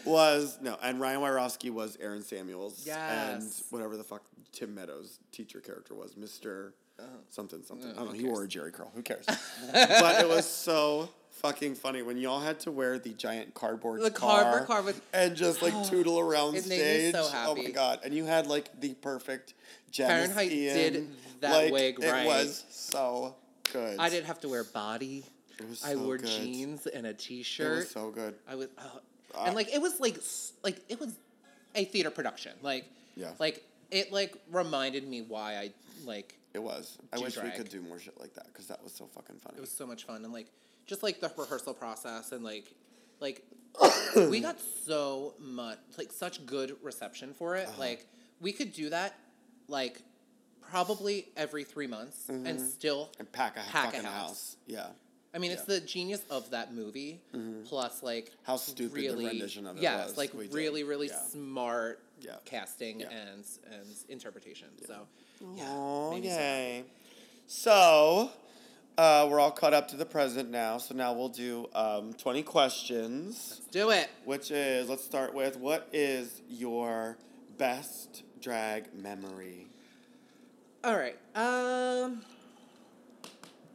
Speaker 1: was no, and Ryan Wyrofsky was Aaron Samuels. And
Speaker 2: Yes.
Speaker 1: whatever the fuck Tim Meadows' teacher character was, Mister
Speaker 2: Uh-huh.
Speaker 1: something something. I don't know. He wore a Jerry curl. Who cares? but it was so fucking funny when y'all had to wear the giant cardboard
Speaker 2: The
Speaker 1: car,
Speaker 2: cardboard car with-
Speaker 1: and just like tootle around
Speaker 2: It made me
Speaker 1: stage.
Speaker 2: so
Speaker 1: Oh my
Speaker 2: happy.
Speaker 1: god! And you had like the perfect Janice
Speaker 2: Fahrenheit
Speaker 1: Ian.
Speaker 2: did that
Speaker 1: like,
Speaker 2: wig
Speaker 1: It
Speaker 2: right.
Speaker 1: was so good.
Speaker 2: I didn't have to wear body.
Speaker 1: It was
Speaker 2: I
Speaker 1: so
Speaker 2: wore
Speaker 1: good.
Speaker 2: jeans and a
Speaker 1: It
Speaker 2: t-shirt.
Speaker 1: was so good.
Speaker 2: I was, oh, and like it was like s- like it was a theater production. Like
Speaker 1: Yeah.
Speaker 2: like it like reminded me why I like
Speaker 1: It was. I
Speaker 2: Do
Speaker 1: wish we
Speaker 2: drag.
Speaker 1: could do more shit like that because that was so fucking funny.
Speaker 2: it was so much fun and like just like the rehearsal process and like like we got so much like such good reception for
Speaker 1: Uh-huh.
Speaker 2: it. Like we could do that like probably every three months and still
Speaker 1: Mm-hmm. and pack a
Speaker 2: pack a
Speaker 1: fucking house.
Speaker 2: house.
Speaker 1: Yeah. Mm-hmm.
Speaker 2: I mean, it's the genius of that movie, plus like
Speaker 1: How stupid the rendition of it
Speaker 2: yes,
Speaker 1: was
Speaker 2: like
Speaker 1: we did.
Speaker 2: really, really
Speaker 1: Yeah.
Speaker 2: smart
Speaker 1: Yeah.
Speaker 2: casting
Speaker 1: Yeah.
Speaker 2: and and interpretation. So, yeah,
Speaker 1: Oh
Speaker 2: made me so
Speaker 1: yay! So, uh, we're all caught up to the present now. So now we'll do um, twenty questions,
Speaker 2: happy. do it.
Speaker 1: which is let's start with what is your best drag memory?
Speaker 2: All right. Um.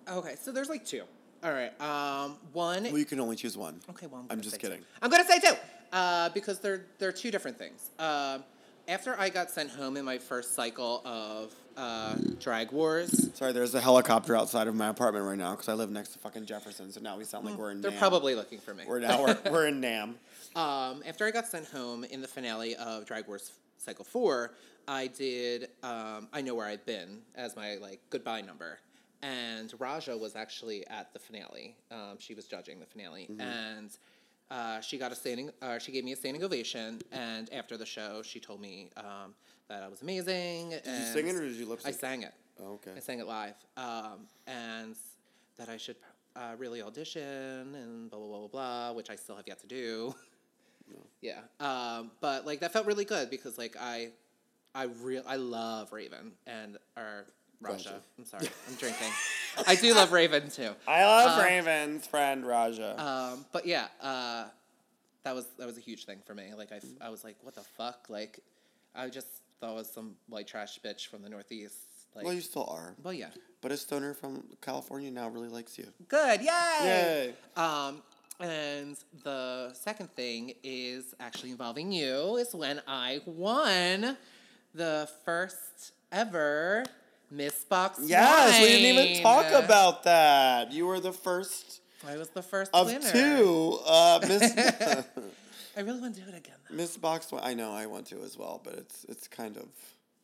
Speaker 2: Okay, so there's like two. All right. Um. One.
Speaker 1: Well, you can only choose one.
Speaker 2: okay. Well, I'm,
Speaker 1: I'm
Speaker 2: gonna
Speaker 1: just
Speaker 2: say two.
Speaker 1: kidding.
Speaker 2: I'm gonna say two. Uh, because they're they're two different things. Um. After I got sent home in my first cycle of uh, drag wars,
Speaker 1: Sorry, there's a helicopter outside of my apartment right now because I live next to fucking Jefferson. So now we sound like we're in.
Speaker 2: Mm, they're
Speaker 1: Nam.
Speaker 2: probably looking for me.
Speaker 1: We're now we're, we're in Nam.
Speaker 2: Um, after I got sent home in the finale of Drag Wars Cycle Four, I did um, "I Know Where I've Been" as my like goodbye number, and Raja was actually at the finale. Um, she was judging the finale,
Speaker 1: Mm-hmm.
Speaker 2: and uh, she got a standing. Uh, she gave me a standing ovation, and after the show, she told me um, that I was amazing. Did
Speaker 1: you sing it or did you lip
Speaker 2: I
Speaker 1: sync?
Speaker 2: sang it.
Speaker 1: Oh, okay.
Speaker 2: I sang it live, um, and that I should uh, really audition and blah blah blah blah blah, which I still have yet to do. Yeah, um, but like that felt really good because like I, I real I love Raven and or Raja.
Speaker 1: Raja.
Speaker 2: I'm sorry, I'm drinking. I do love Raven too.
Speaker 1: I love Raven's friend Raja.
Speaker 2: Um, but yeah, uh, that was that was a huge thing for me. Like I, f- I was like, what the fuck? Like, I just thought I was some white trash bitch from the northeast. Like,
Speaker 1: well,
Speaker 2: well,
Speaker 1: you still are.
Speaker 2: yeah,
Speaker 1: But a stoner from California now really likes you.
Speaker 2: good, yay!
Speaker 1: Yay.
Speaker 2: Um, and the second thing is actually involving you. Is when I won the first ever Miss Box.
Speaker 1: Yes, we didn't even
Speaker 2: Wine.
Speaker 1: talk about that. You were the first
Speaker 2: I was the first
Speaker 1: of
Speaker 2: winner.
Speaker 1: two. Uh, Miss
Speaker 2: I really want to do it again. Though.
Speaker 1: Miss Box. I know I want to as well, but it's it's kind of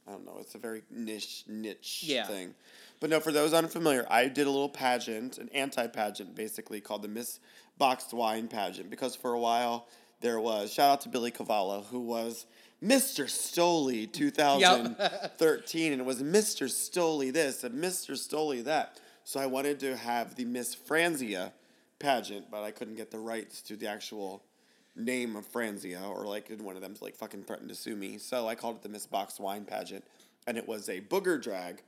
Speaker 1: I don't know. It's a very niche niche
Speaker 2: Yeah.
Speaker 1: thing. But no, for those unfamiliar, I did a little pageant, an anti pageant basically called the Miss Boxed Wine pageant because for a while there was shout out to Billy Cavallo who was Mr. Stoli 2013 and it was Mr. Stoli this and Mr. Stoli that. So I wanted to have the Miss Franzia pageant, but I couldn't get the rights to the actual name of Franzia, or like did one of them like fucking threatened to sue me. So I called it the Miss Box Wine pageant, and it was a booger drag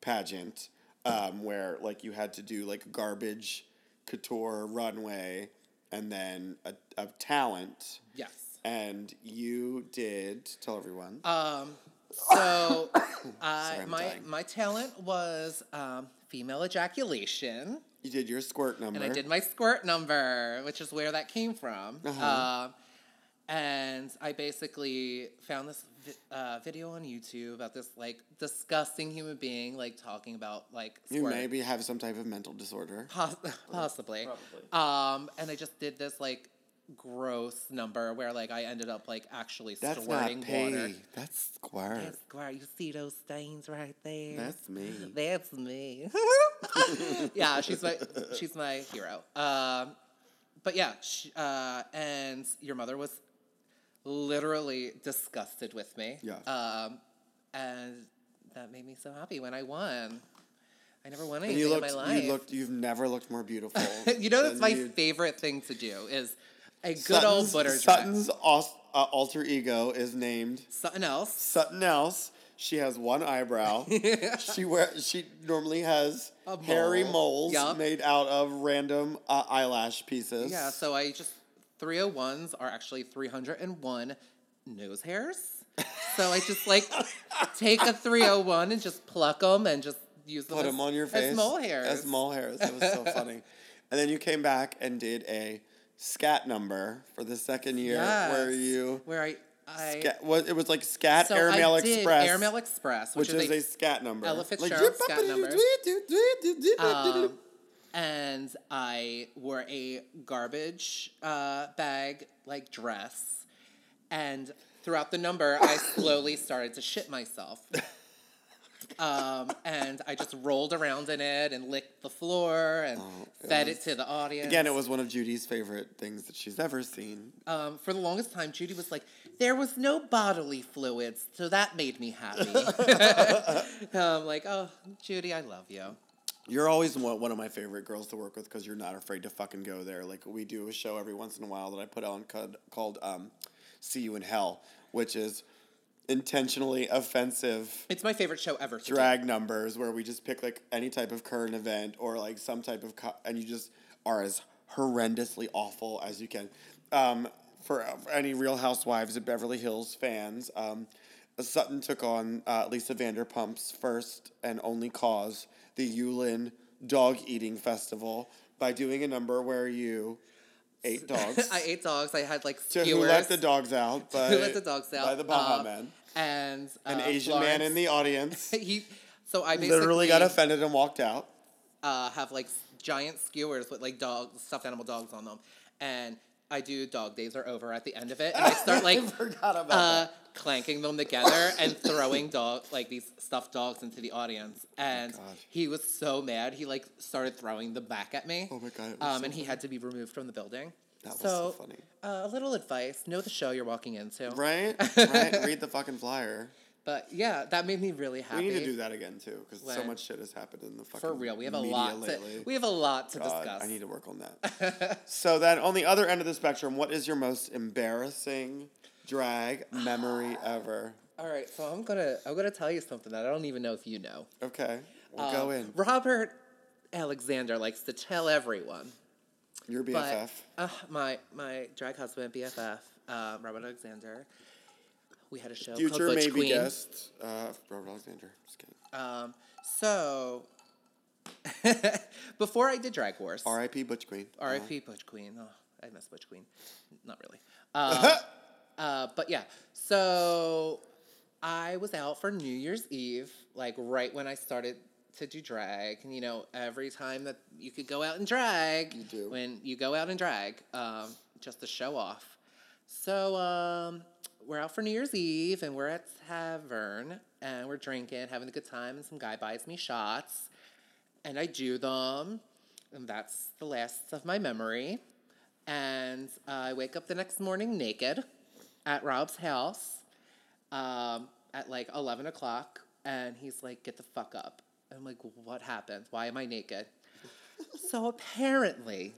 Speaker 1: pageant um, where like you had to do like garbage couture runway and then a, a talent.
Speaker 2: Yes.
Speaker 1: And you did tell everyone.
Speaker 2: Um, so I,
Speaker 1: I'm
Speaker 2: my
Speaker 1: dying.
Speaker 2: my talent was um, female ejaculation,
Speaker 1: you did your squirt number.
Speaker 2: and I did my squirt number, which is where that came from.
Speaker 1: Uh-huh.
Speaker 2: Um, and I basically found this vi- uh, video on YouTube about this like disgusting human being like talking about like
Speaker 1: You
Speaker 2: squirt.
Speaker 1: maybe have some type of mental disorder.
Speaker 2: Poss- possibly. Um, and I just did this like gross number where like I ended up like actually
Speaker 1: That's
Speaker 2: squirting
Speaker 1: not pee.
Speaker 2: water.
Speaker 1: That's squirt.
Speaker 2: That's where you see those stains right there.
Speaker 1: That's me.
Speaker 2: That's me. yeah, she's my she's my hero. Um, but yeah, sh uh, and your mother was literally disgusted with me.
Speaker 1: Yeah.
Speaker 2: Um, and that made me so happy when I won. I never won
Speaker 1: And
Speaker 2: anything
Speaker 1: you
Speaker 2: in
Speaker 1: looked.
Speaker 2: my life.
Speaker 1: You looked. You've never looked more beautiful.
Speaker 2: you know that's
Speaker 1: than
Speaker 2: my
Speaker 1: you-
Speaker 2: favorite thing to do is a good
Speaker 1: Sutton's-
Speaker 2: old butter Sutton's.
Speaker 1: Sutton's aus- uh, alter ego is named
Speaker 2: Something else.
Speaker 1: Sutton Else. She has one eyebrow. she wear. She normally has
Speaker 2: A
Speaker 1: hairy
Speaker 2: mole.
Speaker 1: moles
Speaker 2: Yup.
Speaker 1: made out of random uh, eyelash pieces.
Speaker 2: Yeah, so I just 301s are actually 301 nose hairs. So I just like take a 301 and just pluck them and just use them
Speaker 1: put
Speaker 2: as,
Speaker 1: them on your
Speaker 2: as
Speaker 1: face
Speaker 2: mole hairs.
Speaker 1: As mole hairs. That was so funny. And then you came back and did a scat number for the second year
Speaker 2: Yes.
Speaker 1: where you.
Speaker 2: Where I I
Speaker 1: Scat, was, it was like Scat
Speaker 2: so
Speaker 1: Airmail
Speaker 2: I did
Speaker 1: Express.
Speaker 2: Airmail Express,
Speaker 1: which
Speaker 2: which,
Speaker 1: is a
Speaker 2: is
Speaker 1: scat number.
Speaker 2: Ella Fitzgerald
Speaker 1: drip,
Speaker 2: scat
Speaker 1: bop,
Speaker 2: number.
Speaker 1: do, do, do, do, do, do,
Speaker 2: a
Speaker 1: do.
Speaker 2: um, and I wore a garbage uh, bag like dress and throughout the number I slowly started to shit myself. um, and I just rolled around in it and licked the floor and fed it to the audience.
Speaker 1: Oh, Again, it was one of Judy's favorite things that she's ever seen.
Speaker 2: um, for the longest time, Judy was like, "There was no bodily fluids, so that made me happy." I'm like, "Oh, Judy, I love you."
Speaker 1: You're always one one of my favorite girls to work with because you're not afraid to fucking go there. Like we do a show every once in a while that I put on called, called um, "See You in Hell," which is intentionally offensive
Speaker 2: It's my favorite show ever. to do.
Speaker 1: drag numbers where we just pick like any type of current event or like some type of co- and you just are as horrendously awful as you can. Um, for, for any Real Housewives of Beverly Hills fans, um, Sutton took on uh, Lisa Vanderpump's first and only cause, the Yulin Dog Eating Festival, by doing a number where you ate dogs.
Speaker 2: I ate dogs. I had like
Speaker 1: to
Speaker 2: skewers.
Speaker 1: who let the dogs out? By,
Speaker 2: Who let the dogs out?
Speaker 1: By the Baha
Speaker 2: Um,
Speaker 1: Men.
Speaker 2: And
Speaker 1: An
Speaker 2: uh,
Speaker 1: Asian man in
Speaker 2: Florence-
Speaker 1: the audience
Speaker 2: he. So I basically
Speaker 1: literally got offended and walked out.
Speaker 2: uh, have like s- giant skewers with like dog stuffed animal dogs on them, and I do dog days are over at the end of it, and I start like
Speaker 1: forgot about
Speaker 2: uh, clanking them together and throwing dog like these stuffed dogs into the audience,
Speaker 1: Oh
Speaker 2: and
Speaker 1: God.
Speaker 2: he was so mad he like started throwing them back at me.
Speaker 1: Oh my God, it was
Speaker 2: Um,
Speaker 1: so
Speaker 2: and he had to be removed from the building.
Speaker 1: That was so funny.
Speaker 2: Uh, a little advice: know the show you're walking into.
Speaker 1: Right? Right? Read the fucking flyer.
Speaker 2: But yeah, that made me really happy.
Speaker 1: We need to do that again too, because so
Speaker 2: When-
Speaker 1: much shit has happened in the fucking
Speaker 2: For real, we have a
Speaker 1: media
Speaker 2: lot. To,
Speaker 1: lately.
Speaker 2: we have a lot to
Speaker 1: God,
Speaker 2: discuss.
Speaker 1: I need to work on that. so then, on the other end of the spectrum, what is your most embarrassing drag memory ever?
Speaker 2: All right, so I'm gonna I'm gonna tell you something that I don't even know if you know.
Speaker 1: Okay, we'll go
Speaker 2: Um,
Speaker 1: in.
Speaker 2: Robert Alexander likes to tell everyone,
Speaker 1: Your BFF.
Speaker 2: but uh, my my drag husband BFF uh, Robert Alexander, we had a show
Speaker 1: Future
Speaker 2: called Butch
Speaker 1: maybe
Speaker 2: Queen.
Speaker 1: guest, uh, Robert Alexander. Just kidding.
Speaker 2: Um, so before I did Drag Wars,
Speaker 1: R.I.P. Butch Queen.
Speaker 2: R.I.P. Butch Queen. Oh, I miss Butch Queen. Not really. Um, uh, but yeah, so I was out for New Year's Eve, like right when I started to do drag. And you know, every time that you could go out and drag, you
Speaker 1: do.
Speaker 2: When you go out and drag, um, just to show off. So um, we're out for New Year's Eve, and we're at tavern, and we're drinking, having a good time, and some guy buys me shots and I do them, and that's the last of my memory. And uh, I wake up the next morning naked at Rob's house um, at like 11 o'clock, and he's like, Get the fuck up. I'm like, What happened? Why am I naked? so apparently,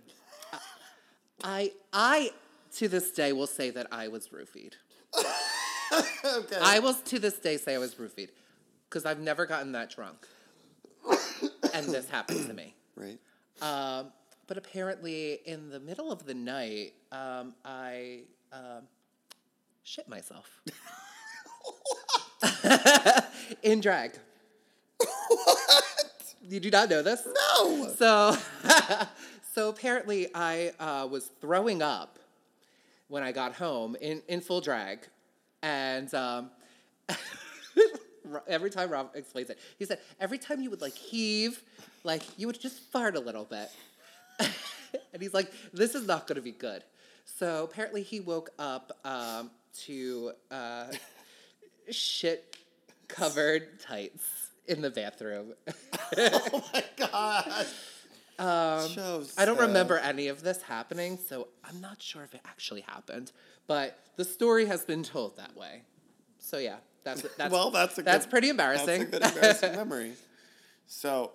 Speaker 2: I I to this day will say that I was roofied.
Speaker 1: okay.
Speaker 2: I will to this day say I was roofied because I've never gotten that drunk, and this happened to me.
Speaker 1: right.
Speaker 2: Um, but apparently, in the middle of the night, um, I um, shit myself in drag. What? You do not know this?
Speaker 1: No.
Speaker 2: So, so apparently, I uh, was throwing up when I got home in, in full drag, and um, Ro- every time Rob explains it, he said every time you would like heave, like you would just fart a little bit, and he's like, "This is not going to be good." So apparently, he woke up um, to uh, shit covered tights in the bathroom.
Speaker 1: Oh my god. Um,
Speaker 2: I don't remember any of this happening, so I'm not sure if it actually happened. But the story has been told that way. So yeah, that's that's
Speaker 1: well, that's a
Speaker 2: that's
Speaker 1: good-
Speaker 2: pretty embarrassing.
Speaker 1: That's a good embarrassing memory. So,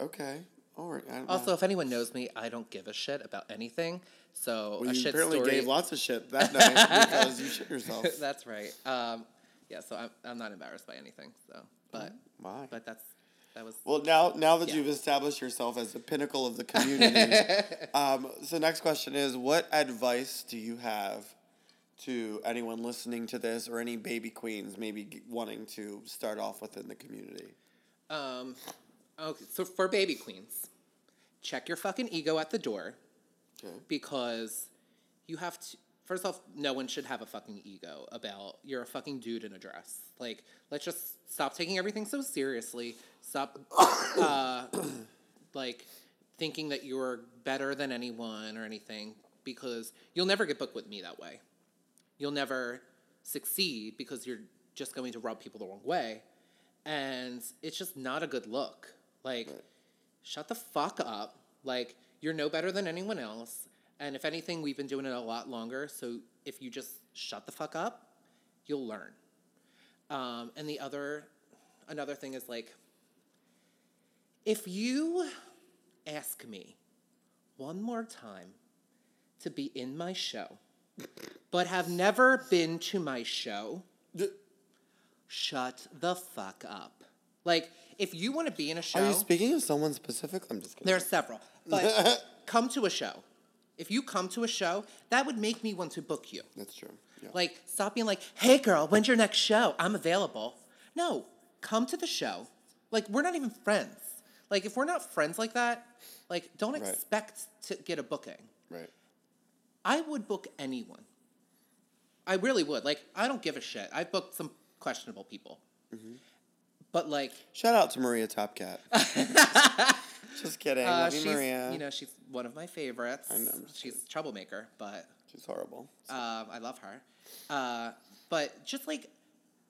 Speaker 1: okay, all right. I don't
Speaker 2: also,
Speaker 1: know.
Speaker 2: if anyone knows me, I don't give a shit about anything. So
Speaker 1: Well,
Speaker 2: a
Speaker 1: you
Speaker 2: shit
Speaker 1: apparently
Speaker 2: story.
Speaker 1: gave lots of shit that night because you shit yourself.
Speaker 2: that's right. Um, yeah, so I'm I'm not embarrassed by anything. So, but
Speaker 1: Mm. Why?
Speaker 2: but that's that was
Speaker 1: Well, now now that
Speaker 2: Yeah.
Speaker 1: you've established yourself as the pinnacle of the community, um, so next question is: What advice do you have to anyone listening to this, or any baby queens maybe g- wanting to start off within the community?
Speaker 2: um, okay. So for baby queens, check your fucking ego at the door.
Speaker 1: Okay.
Speaker 2: because you have to first off no one should have a fucking ego about you're a fucking dude in a dress like let's just stop taking everything so seriously stop uh, like thinking that you're better than anyone or anything because you'll never get booked with me that way you'll never succeed because you're just going to rub people the wrong way and it's just not a good look like shut the fuck up like you're no better than anyone else and if anything we've been doing it a lot longer so if you just shut the fuck up you'll learn um, and the other another thing is like if you ask me one more time to be in my show but have never been to my show, shut the fuck up. Like, if you want to be in a show,
Speaker 1: Are you speaking of someone specific? I'm just kidding.
Speaker 2: there are several, but come to a show. If you come to a show, that would make me want to book you.
Speaker 1: That's true. Yeah.
Speaker 2: Like, stop being like, hey girl, when's your next show? I'm available. No, come to the show. Like, we're not even friends. Like, if we're not friends like that, like, don't
Speaker 1: Right.
Speaker 2: expect to get a booking.
Speaker 1: right.
Speaker 2: I would book anyone. I really would. Like, I don't give a shit. I've booked some questionable people.
Speaker 1: Mm-hmm.
Speaker 2: But like,
Speaker 1: Shout out to Maria Topcat. Just kidding.
Speaker 2: uh,
Speaker 1: Love you,
Speaker 2: she's
Speaker 1: Maria.
Speaker 2: you know she's one of my favorites.
Speaker 1: know, I'm just
Speaker 2: she's a troublemaker, but
Speaker 1: she's horrible.
Speaker 2: um, I love her. Uh, but just like,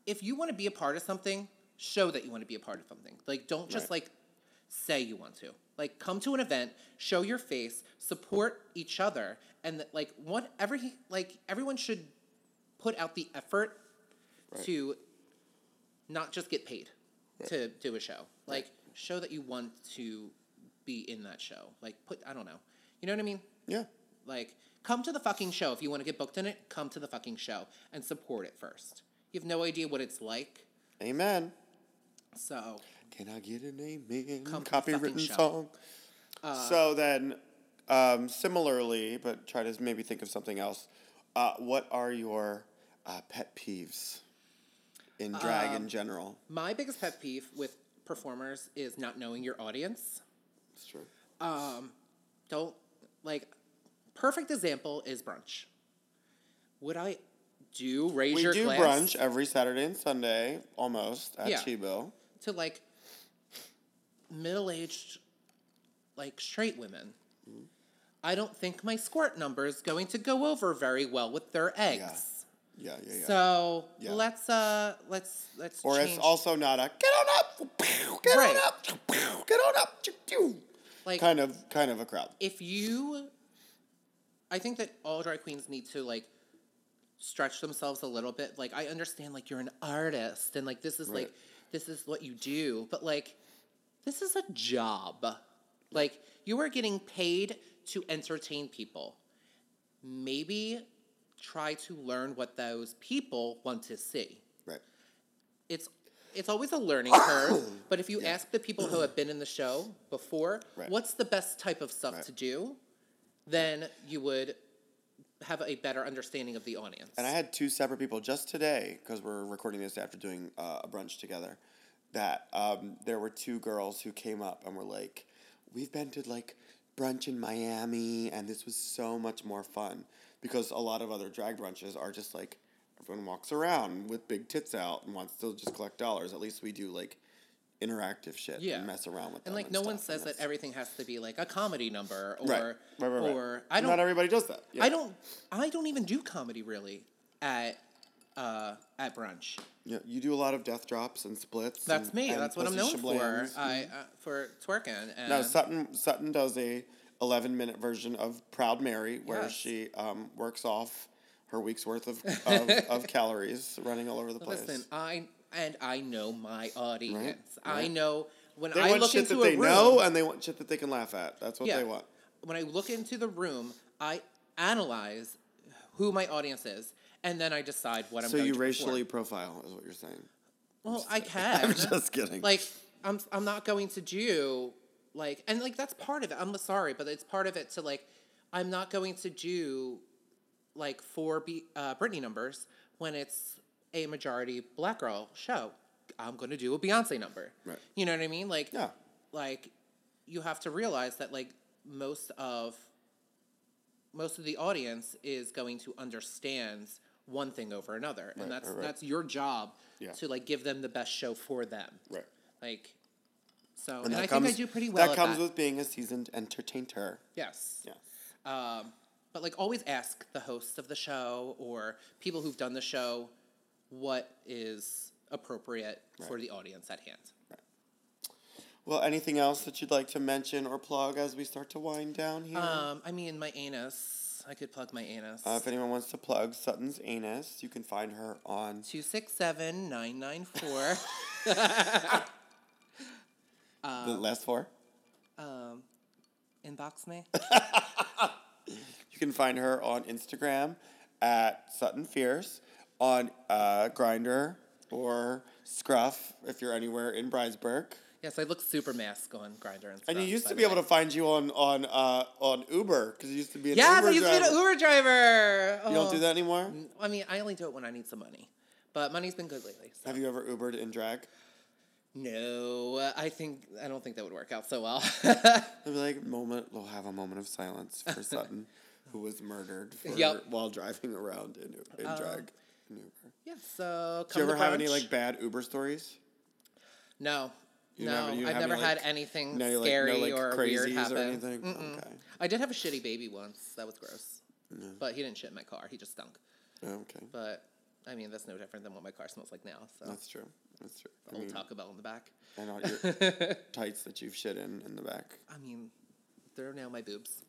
Speaker 2: if you want to be a part of something, show that you want to be a part of something. Like, don't just
Speaker 1: Right.
Speaker 2: like say you want to. Like, come to an event, show your face, support each other, and that, like whatever he like everyone should put out the effort to not just get paid to do a show. Like, show that you want to be in that show. Like, put I don't know. You know what I mean?
Speaker 1: Yeah.
Speaker 2: Like, come to the fucking show. If you want to get booked in it, come to the fucking show and support it first. You have no idea what it's like.
Speaker 1: Amen.
Speaker 2: So,
Speaker 1: Can I get an amen?
Speaker 2: Come to the fucking Uh,
Speaker 1: Copywritten
Speaker 2: show.
Speaker 1: song. so then, um, similarly, but try to maybe think of something else. Uh, what are your uh, pet peeves in
Speaker 2: Um,
Speaker 1: drag in general?
Speaker 2: my biggest pet peeve with performers is not knowing your audience.
Speaker 1: It's true.
Speaker 2: Um, don't, like, perfect example is brunch. Would I do raise
Speaker 1: We
Speaker 2: your
Speaker 1: do
Speaker 2: glass
Speaker 1: brunch every Saturday and Sunday, almost at
Speaker 2: Yeah.
Speaker 1: Chibo.
Speaker 2: to like middle aged, like straight women?
Speaker 1: Mm-hmm.
Speaker 2: I don't think my squirt number is going to go over very well with their eggs.
Speaker 1: Yeah, yeah, yeah.
Speaker 2: So
Speaker 1: Yeah.
Speaker 2: let's uh let's let's
Speaker 1: or
Speaker 2: change.
Speaker 1: it's also not a get on up, pew, get
Speaker 2: Right.
Speaker 1: on up, pew, get on up, choo, choo,"
Speaker 2: like
Speaker 1: kind of kind of a crowd.
Speaker 2: if you I think that all drag queens need to like stretch themselves a little bit. Like I understand like you're an artist and like this is like
Speaker 1: Right.
Speaker 2: this is what you do, but like this is a job. Like you are getting paid to entertain people. maybe try to learn what those people want to see.
Speaker 1: Right.
Speaker 2: It's it's always a learning curve, but if you ask the people who have been in the show before,
Speaker 1: Right.
Speaker 2: what's the best type of stuff
Speaker 1: Right.
Speaker 2: to do, then you would have a better understanding of the audience.
Speaker 1: And I had two separate people just today because we're recording this after doing uh, a brunch together. That um, there were two girls who came up and were like, "We've been to like brunch in Miami, and this was so much more fun because a lot of other drag brunches are just like everyone walks around with big tits out and wants to just collect dollars. At least we do like interactive shit
Speaker 2: Yeah.
Speaker 1: and mess around with them
Speaker 2: and like no
Speaker 1: stuff,
Speaker 2: one
Speaker 1: and
Speaker 2: says that
Speaker 1: that's-
Speaker 2: everything has to be like a comedy number or
Speaker 1: right, right, right, right.
Speaker 2: or I
Speaker 1: Not
Speaker 2: don't
Speaker 1: everybody does that. Yeah.
Speaker 2: I don't I don't even do comedy really at uh, at brunch.
Speaker 1: Yeah, you do a lot of death drops and splits.
Speaker 2: That's
Speaker 1: and-
Speaker 2: me.
Speaker 1: and
Speaker 2: That's what I'm known
Speaker 1: pussy
Speaker 2: for.
Speaker 1: shablams.
Speaker 2: I uh, for twerking and
Speaker 1: Mm-hmm. No, Sutton Sutton does a eleven minute version of Proud Mary where
Speaker 2: Yes.
Speaker 1: she um, works off her week's worth of, of, of calories running all over the place.
Speaker 2: listen. I and I know my audience. I
Speaker 1: right.
Speaker 2: know when
Speaker 1: they
Speaker 2: I
Speaker 1: want
Speaker 2: look
Speaker 1: shit
Speaker 2: into
Speaker 1: that
Speaker 2: a
Speaker 1: they
Speaker 2: room.
Speaker 1: know and they want shit that they can laugh at. That's what they want.
Speaker 2: When I look into the room, I analyze who my audience is, and then I decide what I'm.
Speaker 1: So
Speaker 2: going
Speaker 1: you
Speaker 2: to
Speaker 1: racially
Speaker 2: perform.
Speaker 1: profile is what you're saying.
Speaker 2: Well, I can.
Speaker 1: I'm just kidding.
Speaker 2: Like I'm. I'm not going to do like and like that's part of it. I'm sorry, but it's part of it to like. I'm not going to do like four B, uh, Britney numbers when it's a majority black girl show. I'm going to do a Beyonce number.
Speaker 1: Right.
Speaker 2: You know what I mean? Like,
Speaker 1: Yeah.
Speaker 2: like you have to realize that like most of most of the audience is going to understand one thing over another, and that's
Speaker 1: right, right.
Speaker 2: that's your job
Speaker 1: Yeah.
Speaker 2: to like give them the best show for them.
Speaker 1: Right.
Speaker 2: Like, so and,
Speaker 1: And, that
Speaker 2: I
Speaker 1: comes,
Speaker 2: think I do pretty well.
Speaker 1: That
Speaker 2: at
Speaker 1: comes
Speaker 2: that.
Speaker 1: with being a seasoned entertainer.
Speaker 2: yes.
Speaker 1: Yeah.
Speaker 2: Um, but like always ask the hosts of the show or people who've done the show what is appropriate for the audience at hand.
Speaker 1: Well, anything else that you'd like to mention or plug as we start to wind down here?
Speaker 2: Um, I mean, my anus. I could plug my anus.
Speaker 1: Uh, if anyone wants to plug Sutton's anus, you can find her on
Speaker 2: Two six seven nine nine four. Uh,
Speaker 1: the last four.
Speaker 2: um, inbox me.
Speaker 1: You can find her on Instagram at Sutton Fierce, on uh, Grinder or Scruff if you're anywhere in Bridesburg.
Speaker 2: yes, I look super mask on Grinder and stuff.
Speaker 1: And you used
Speaker 2: by
Speaker 1: to
Speaker 2: the
Speaker 1: be able
Speaker 2: way.
Speaker 1: to find you on on uh, on Uber because you used to be an
Speaker 2: Yes,
Speaker 1: Uber
Speaker 2: I used
Speaker 1: driver.
Speaker 2: to be an Uber driver.
Speaker 1: You don't do
Speaker 2: Oh.
Speaker 1: that anymore.
Speaker 2: I mean, I only do it when I need some money, but money's been good lately. So.
Speaker 1: Have you ever Ubered in drag?
Speaker 2: No, I think I don't think that would work out so well.
Speaker 1: I'd be like moment. We'll have a moment of silence for Sutton, who was murdered for,
Speaker 2: Yep.
Speaker 1: while driving around in, U-
Speaker 2: Uh,
Speaker 1: in drag. In Uber.
Speaker 2: yeah, so
Speaker 1: Do
Speaker 2: come
Speaker 1: you ever
Speaker 2: to
Speaker 1: have any
Speaker 2: brunch.
Speaker 1: like bad Uber stories?
Speaker 2: No.
Speaker 1: You
Speaker 2: no,
Speaker 1: never- you
Speaker 2: I've
Speaker 1: have
Speaker 2: never
Speaker 1: any,
Speaker 2: had
Speaker 1: like-
Speaker 2: anything
Speaker 1: no, like,
Speaker 2: Mm, scary
Speaker 1: no, like,
Speaker 2: or weird
Speaker 1: crazies
Speaker 2: happen.
Speaker 1: or anything.
Speaker 2: Mm-mm.
Speaker 1: Okay.
Speaker 2: I did have a shitty baby once. That was gross. But he didn't shit in my car. He just stunk.
Speaker 1: Okay,
Speaker 2: But I mean, that's no different than what my car smells like now. So
Speaker 1: that's true. That's true. I
Speaker 2: old
Speaker 1: mean,
Speaker 2: Taco Bell in the back.
Speaker 1: and all your tights that you've shit in in the back.
Speaker 2: I mean, they're now my boobs.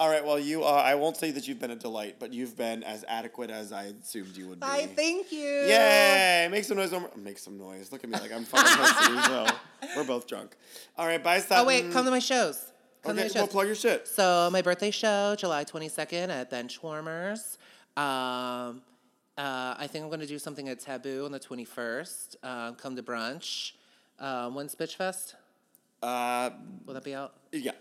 Speaker 1: All right. Well, you. Uh, I won't say that you've been a delight, but you've been as adequate as I assumed you would be.
Speaker 2: I thank you.
Speaker 1: Yay! Make some noise. one more- Make some noise. Look at me like I'm fucking hosting the show. We're both drunk. All right. Bye, Sutton.
Speaker 2: Oh wait, come to my shows.
Speaker 1: Mm. Okay.
Speaker 2: Come to my
Speaker 1: Well,
Speaker 2: shows.
Speaker 1: plug your shit.
Speaker 2: So my birthday show, July twenty second at Benchwarmers. Um, uh, I think I'm going to do something at Taboo on the twenty first. Um, come to brunch. Um, when's Bitch Fest?
Speaker 1: Uh,
Speaker 2: Will that be out?
Speaker 1: yeah.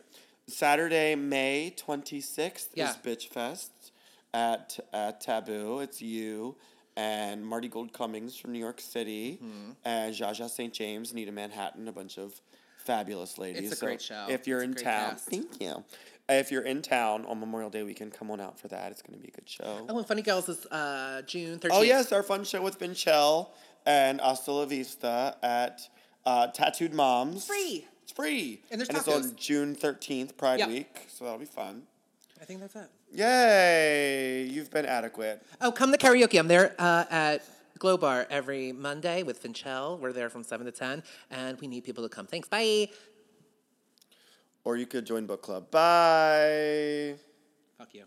Speaker 1: Saturday, May twenty sixth
Speaker 2: Yeah.
Speaker 1: is Bitch Fest at at Taboo. It's you and Marty Gold Cummings from New York City
Speaker 2: Mm-hmm.
Speaker 1: and Zsa Zsa St James, Nita Manhattan, a bunch of fabulous ladies.
Speaker 2: a great show.
Speaker 1: If you're
Speaker 2: It's a
Speaker 1: in
Speaker 2: great
Speaker 1: town,
Speaker 2: cast.
Speaker 1: thank you. If you're in town on Memorial Day weekend, come on out for that. It's gonna be a good show.
Speaker 2: Oh, and Funny Girls is uh, June thirteenth.
Speaker 1: Oh yes, our fun show with Vinchel and Hasta La Vista at uh, Tattooed Moms.
Speaker 2: Free.
Speaker 1: It's free.
Speaker 2: And there's
Speaker 1: it's
Speaker 2: tacos.
Speaker 1: on June thirteenth, Pride
Speaker 2: Yeah.
Speaker 1: Week, so that'll be fun.
Speaker 2: I think that's it.
Speaker 1: Yay! You've been adequate.
Speaker 2: Oh, come to karaoke. I'm there uh, at Glow Bar every Monday with Finchel. We're there from 7 to 10, and we need people to come. Thanks. Bye.
Speaker 1: Or you could join book club. Bye.
Speaker 2: Fuck you.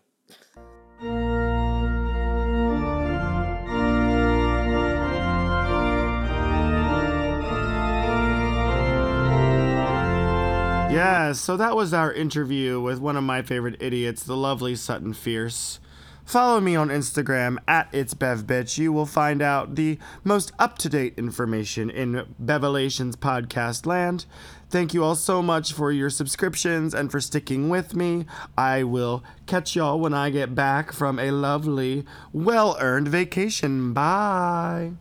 Speaker 1: Yes, so that was our interview with one of my favorite idiots, the lovely Sutton Fierce. Follow me on Instagram at It's Bev Bitch. You will find out the most up to date information in Bevelations podcast land. Thank you all so much for your subscriptions and for sticking with me. I will catch y'all when I get back from a lovely, well earned vacation. Bye.